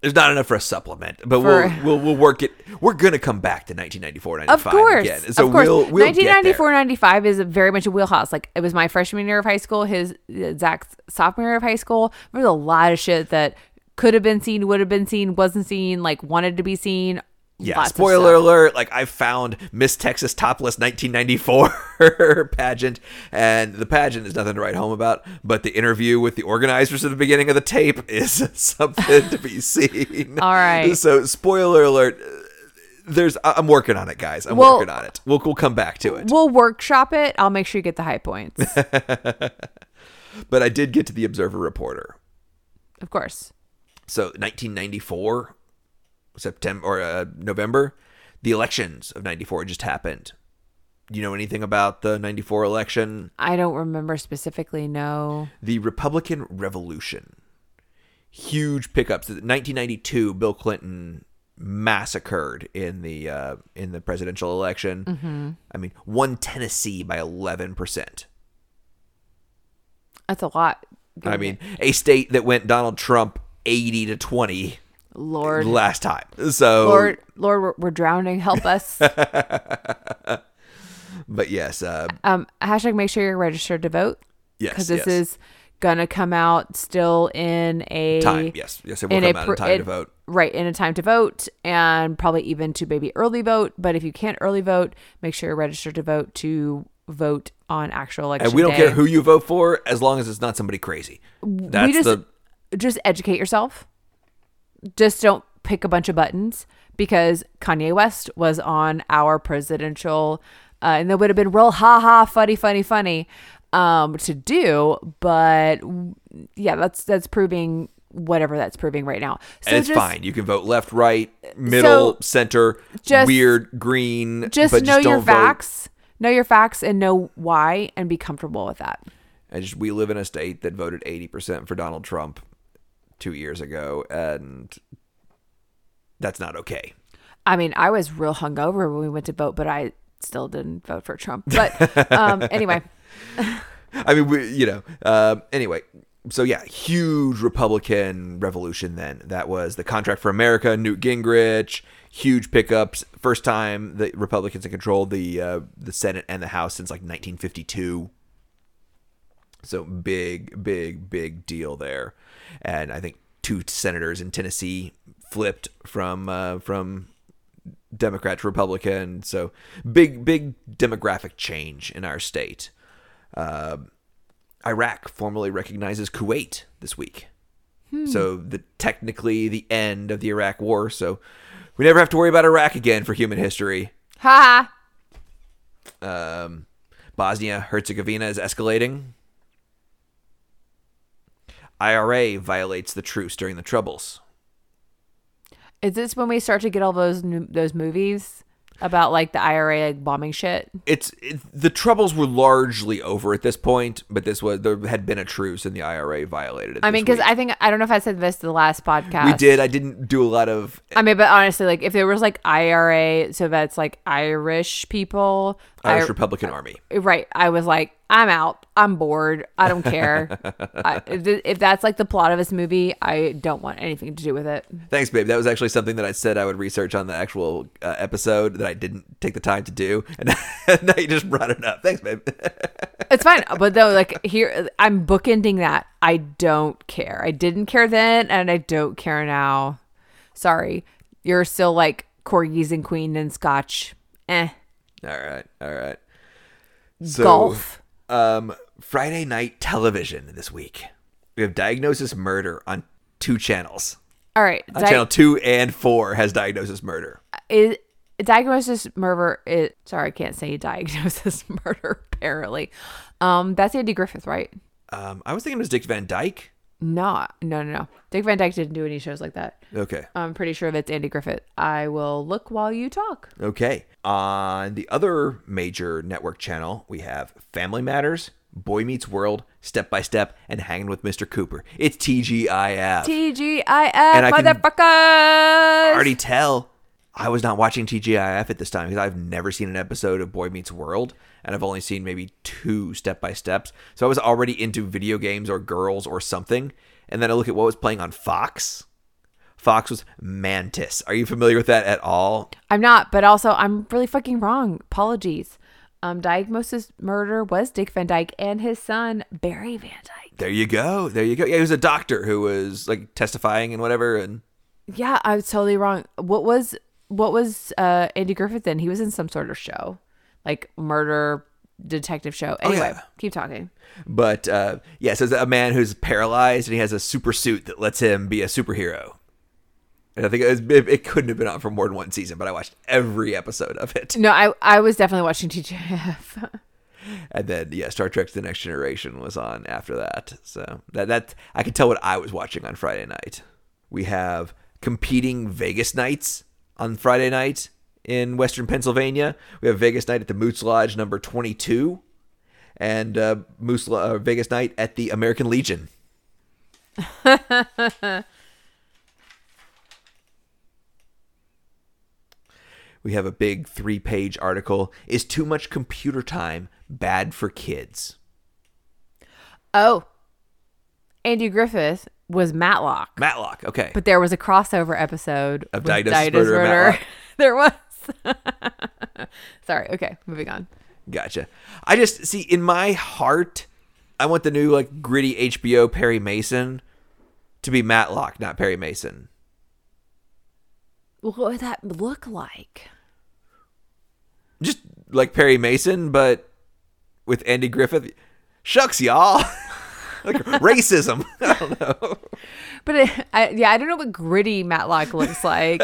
S1: There's not enough for a supplement, but
S2: For-
S1: we'll, we'll we'll work it. We're going to come back to 1994-95
S2: Of course.
S1: again. So
S2: of course.
S1: we'll we'll get there.
S2: 1994 95 is very much a wheelhouse. Like it was my freshman year of high school, his uh, Zach's sophomore year of high school. There's a lot of shit that could have been seen, would have been seen, wasn't seen, like wanted to be seen.
S1: Yeah,
S2: Lots of
S1: spoiler
S2: stuff.
S1: alert, like I found Miss Texas Topless 1994 pageant and the pageant is nothing to write home about, but the interview with the organizers at the beginning of the tape is something to be seen.
S2: All right.
S1: So spoiler alert, there's I- I'm working on it guys. I'm
S2: Well-
S1: working on it. We'll we'll come back to it.
S2: We'll workshop it. I'll make sure you get the high points.
S1: But I did get to the Observer Reporter.
S2: Of course.
S1: So 1994 September or uh, November, the elections of 94 just happened. Do you know anything about the 94 election?
S2: I don't remember specifically, no.
S1: the Republican Revolution. Huge pickups. 1992, Bill Clinton massacred in the uh, in the presidential election.
S2: Mm-hmm.
S1: I mean, won Tennessee by 11 percent.
S2: That's a lot.
S1: I mean, a state that went Donald Trump 80 to 20
S2: Lord,
S1: last time. So,
S2: Lord, Lord, we're, we're drowning. Help us.
S1: but yes, uh,
S2: um, hashtag make sure you're registered to vote.
S1: Yes,
S2: Because this
S1: yes.
S2: is going to come out still in a
S1: time. Yes, yes, it will
S2: in
S1: come
S2: a
S1: out
S2: pr-
S1: in time
S2: in-
S1: to vote.
S2: Right, in a time to vote and probably even to maybe early vote. But if you can't early vote, make sure you're registered to vote to vote on actual election.
S1: And we don't
S2: day.
S1: care who you vote for, as long as it's not somebody crazy. That's
S2: we just
S1: the
S2: just educate yourself. Just don't pick a bunch of buttons because Kanye West was on our presidential, uh, and that would have been real ha ha funny funny funny um, to do. But w- yeah, that's that's proving whatever that's proving right now. So
S1: and it's
S2: just,
S1: fine. You can vote left, right, middle,
S2: so
S1: center,
S2: just-
S1: weird, green.
S2: Just
S1: but
S2: know
S1: just
S2: your
S1: don't vote.
S2: facts. Know your facts and know why, and be comfortable with that.
S1: And just we live in a state that voted eighty percent for Donald Trump two years ago, and that's not okay.
S2: I mean, I was real hungover when we went to vote, but I still didn't vote for Trump. But um, anyway.
S1: I mean, we, you know. Um, anyway, so yeah, huge Republican revolution. Then that was the Contract for America, Newt Gingrich, huge pickups. First time the Republicans had controlled the uh, the Senate and the House since like 1952. So big, big, big deal there, and I think two senators in Tennessee flipped from uh, from Democrat to Republican. So big, big demographic change in our state. Uh, Iraq formally recognizes Kuwait this week.
S2: Hmm.
S1: So the technically the end of the Iraq War. So we never have to worry about Iraq again for human history.
S2: Ha!
S1: Um, Bosnia Herzegovina is escalating. IRA violates the truce during the Troubles.
S2: Is this when we start to get all those new, those movies about like the IRA like, bombing shit?
S1: It's it, the Troubles were largely over at this point, but this was there had been a truce and the IRA violated it.
S2: I
S1: this
S2: mean, because
S1: week.
S2: I think I don't know if I said this the last podcast.
S1: we did. I didn't do a lot of
S2: I mean, but honestly, like if there was like IRA, so that's like Irish people,
S1: Irish
S2: I-
S1: Republican Army.
S2: right? I was like, I'm out. I'm bored. I don't care. I, if, th- if that's like the plot of this movie, I don't want anything to do with it.
S1: Thanks, babe. That was actually something that I said I would research on the actual uh, episode that I didn't take the time to do, and now you just brought it up. Thanks, babe.
S2: It's fine, but though, like here, I'm bookending that. I don't care. I didn't care then, and I don't care now. Sorry, you're still like corgis and queen and scotch. Eh,
S1: all right, all right. So,
S2: golf.
S1: Um, Friday night television this week. We have Diagnosis Murder on two channels.
S2: All right,
S1: On
S2: di-
S1: channel two and four has Diagnosis Murder.
S2: is diagnosis murder. Is, sorry, I can't say diagnosis murder. Apparently, um, that's Andy Griffith, right?
S1: Um, I was thinking it was Dick Van Dyke.
S2: No, no, no, no. Dick Van Dyke didn't do any shows like that.
S1: Okay.
S2: I'm pretty sure that's Andy Griffith. I will look while you talk.
S1: Okay. On the other major network channel, we have Family Matters, Boy Meets World, Step by Step, and Hanging with Mr. Cooper. It's TGIF.
S2: TGIF,
S1: I can
S2: motherfuckers.
S1: already tell I was not watching TGIF at this time because I've never seen an episode of Boy Meets World, and I've only seen maybe two Step by Steps. So I was already into video games or girls or something. And then I look at what was playing on Fox. Fox was Mantis. Are you familiar with that at all?
S2: I'm not, but also I'm really fucking wrong. Apologies. Um, diagnosis murder was Dick Van Dyke and his son Barry Van Dyke.
S1: There you go. There you go. Yeah, he was a doctor who was like testifying and whatever. And
S2: Yeah, I was totally wrong. What was what was uh Andy Griffith in? He was in some sort of show, like murder detective show. Anyway,
S1: Oh, yeah.
S2: keep talking.
S1: but uh, yeah, so it's a man who's paralyzed and he has a super suit that lets him be a superhero. And I think it, was, it, it couldn't have been on for more than one season, but I watched every episode of it.
S2: No, I I was definitely watching TGIF.
S1: And then yeah, Star Trek: The Next Generation was on after that. So that that I could tell what I was watching on Friday night. We have competing Vegas nights on Friday night in Western Pennsylvania. We have Vegas night at the Moose Lodge number twenty two, and uh, Moose Lo- uh, Vegas night at the American Legion. we have a big three page article. Is too much computer time bad for kids?
S2: oh, Andy Griffith was Matlock.
S1: Matlock. Okay.
S2: But there was a crossover episode
S1: Of
S2: with
S1: Diagnosis Murder and Matlock.
S2: there was. Sorry. Okay, moving on.
S1: Gotcha. I just see in my heart, I want the new like gritty HBO Perry Mason to be Matlock, not Perry Mason.
S2: What would that look like?
S1: Just like Perry Mason, but with Andy Griffith. Shucks, y'all. like racism. I don't know.
S2: But it, I, yeah, I don't know what gritty Matlock looks like.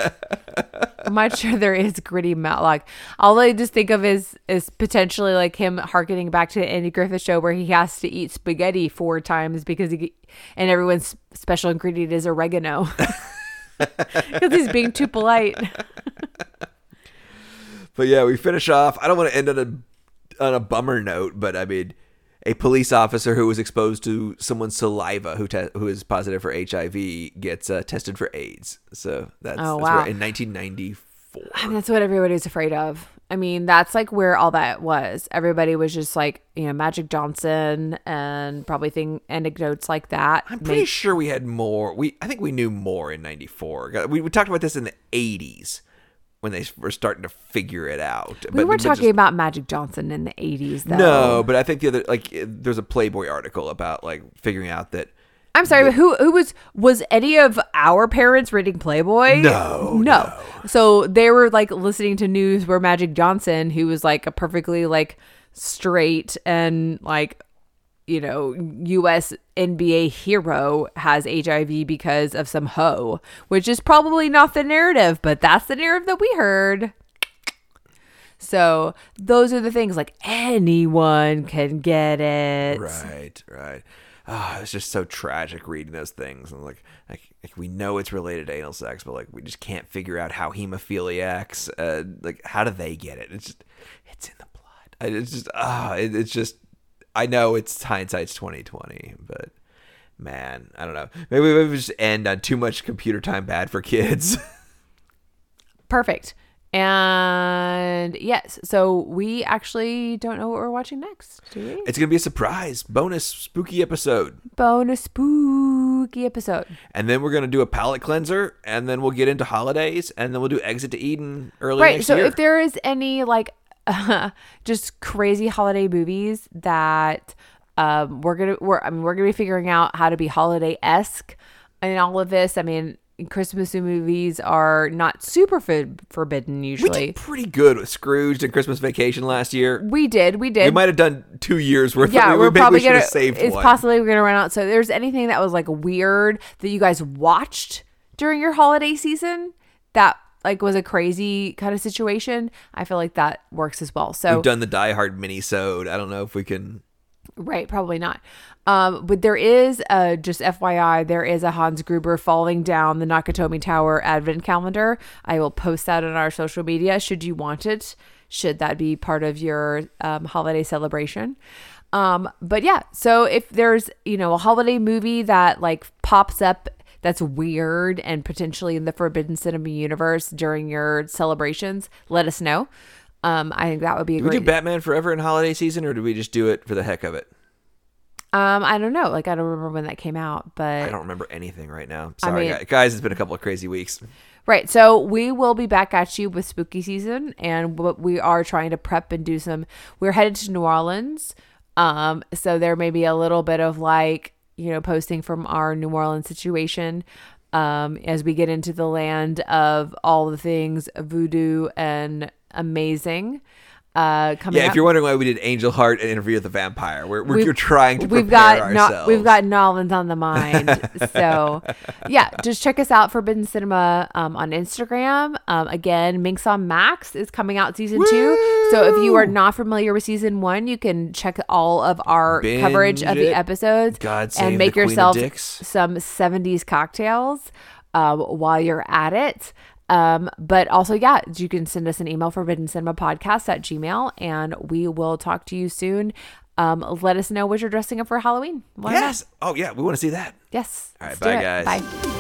S2: I'm not sure there is gritty Matlock. All I just think of is is potentially like him harkening back to the Andy Griffith show where he has to eat spaghetti four times because he ge- and everyone's special ingredient is oregano because he's being too polite.
S1: But yeah, we finish off. I don't want to end on a on a bummer note, but I mean, a police officer who was exposed to someone's saliva who te- who is positive for HIV gets uh, tested for AIDS. So that's, that's
S2: Oh, wow.
S1: where, in 1994.
S2: I mean, that's what everybody's afraid of. I mean, that's like where all that was. Everybody was just like, you know, Magic Johnson and probably thing anecdotes like that.
S1: I'm
S2: Make-
S1: pretty sure we had more. We I think we knew more in '94. God, We, we talked about this in the '80s when they were starting to figure it out.
S2: we were talking
S1: just-
S2: about Magic Johnson in the 80s, though.
S1: No, but I think the other like there's a Playboy article about like figuring out that
S2: I'm sorry, but who who was was any of our parents reading Playboy?
S1: Oh, No,
S2: no. So they were like listening to news where Magic Johnson, who was like a perfectly like straight and like you know U.S. NBA hero, has HIV because of some hoe, which is probably not the narrative, but that's the narrative that we heard. So those are the things like anyone can get it.
S1: Right, right. Ah, it's just so tragic reading those things. And like, like, like we know it's related to anal sex, but like, we just can't figure out how hemophiliacs, uh, like, how do they get it? It's just, it's in the blood. I- It's just, ah, it, it's just. I know it's hindsight's twenty twenty, but man, I don't know. Maybe we maybe we just end on too much computer time bad for kids.
S2: Perfect. And yes, so we actually don't know what we're watching next, do we?
S1: it's gonna be a surprise, bonus, spooky episode,
S2: Bonus spooky episode.
S1: and then we're gonna do a palate cleanser, and then we'll get into holidays, and then we'll do Exit to Eden early
S2: right.
S1: next
S2: So
S1: year.
S2: if there is any like just crazy holiday movies that um, we're gonna we're I mean we're gonna be figuring out how to be holiday esque in all of this. I mean Christmas movies are not super forbid forbidden
S1: We
S2: usually.
S1: did pretty good with Scrooge and Christmas Vacation last year.
S2: We did, we did.
S1: We might have done two years worth.
S2: yeah,
S1: we,
S2: we, are
S1: maybe
S2: probably
S1: we should
S2: gonna.
S1: have saved
S2: it's
S1: one.
S2: possibly we're gonna run out. So, if there's anything that was like weird that you guys watched during your holiday season that like was a crazy kind of situation. I feel like that works as well. So,
S1: We've done the Die Hard mini-sode. I don't know if we can.
S2: right, probably not. Um, but there is uh just FYI, there is a Hans Gruber falling down the Nakatomi Tower advent calendar. I will post that on our social media should you want it. Should that be part of your um, holiday celebration? Um, but yeah, so if there's, you know, a holiday movie that like pops up that's weird and potentially in the Forbidden Cinema universe during your celebrations, let us know. Um, I think that would be a
S1: Do we
S2: great.
S1: do Batman Forever in holiday season, or do we just do it for the heck of it?
S2: um, I don't know. Like I don't remember when that came out,
S1: I
S2: but
S1: don't remember anything right now. Sorry,
S2: mean-
S1: gu- guys. It's been a couple of crazy weeks.
S2: right. So we will be back at you with spooky season, and what we are trying to prep and do some. We're headed to New Orleans, um, so there may be a little bit of like you know posting from our New Orleans situation. Um, as we get into the land of all the things voodoo and amazing, uh, coming
S1: Yeah,
S2: up.
S1: if you're wondering why we did Angel Heart and Interview with the Vampire, we're, we're,
S2: We've-
S1: you're trying to prepare
S2: we've got
S1: ourselves.
S2: no, we've got Nolan's on the mind. so yeah, just check us out Forbidden Cinema um, on Instagram. Um, again, Minx on Max is coming out season two. So if you are not familiar with season one, you can check all of our
S1: Binge
S2: coverage of the
S1: it.
S2: episodes
S1: God save the
S2: and make
S1: Queen of
S2: yourself
S1: Dicks.
S2: some 70s cocktails um, while you're at it. Um, but also, yeah, you can send us an email, forbidden cinema podcast at gmail, and we will talk to you soon. Um, let us know what you're dressing up for Halloween. Why not?
S1: yes. Oh yeah, we want to see that.
S2: Yes.
S1: All right,
S2: let's do
S1: bye,
S2: it.
S1: guys.
S2: Bye.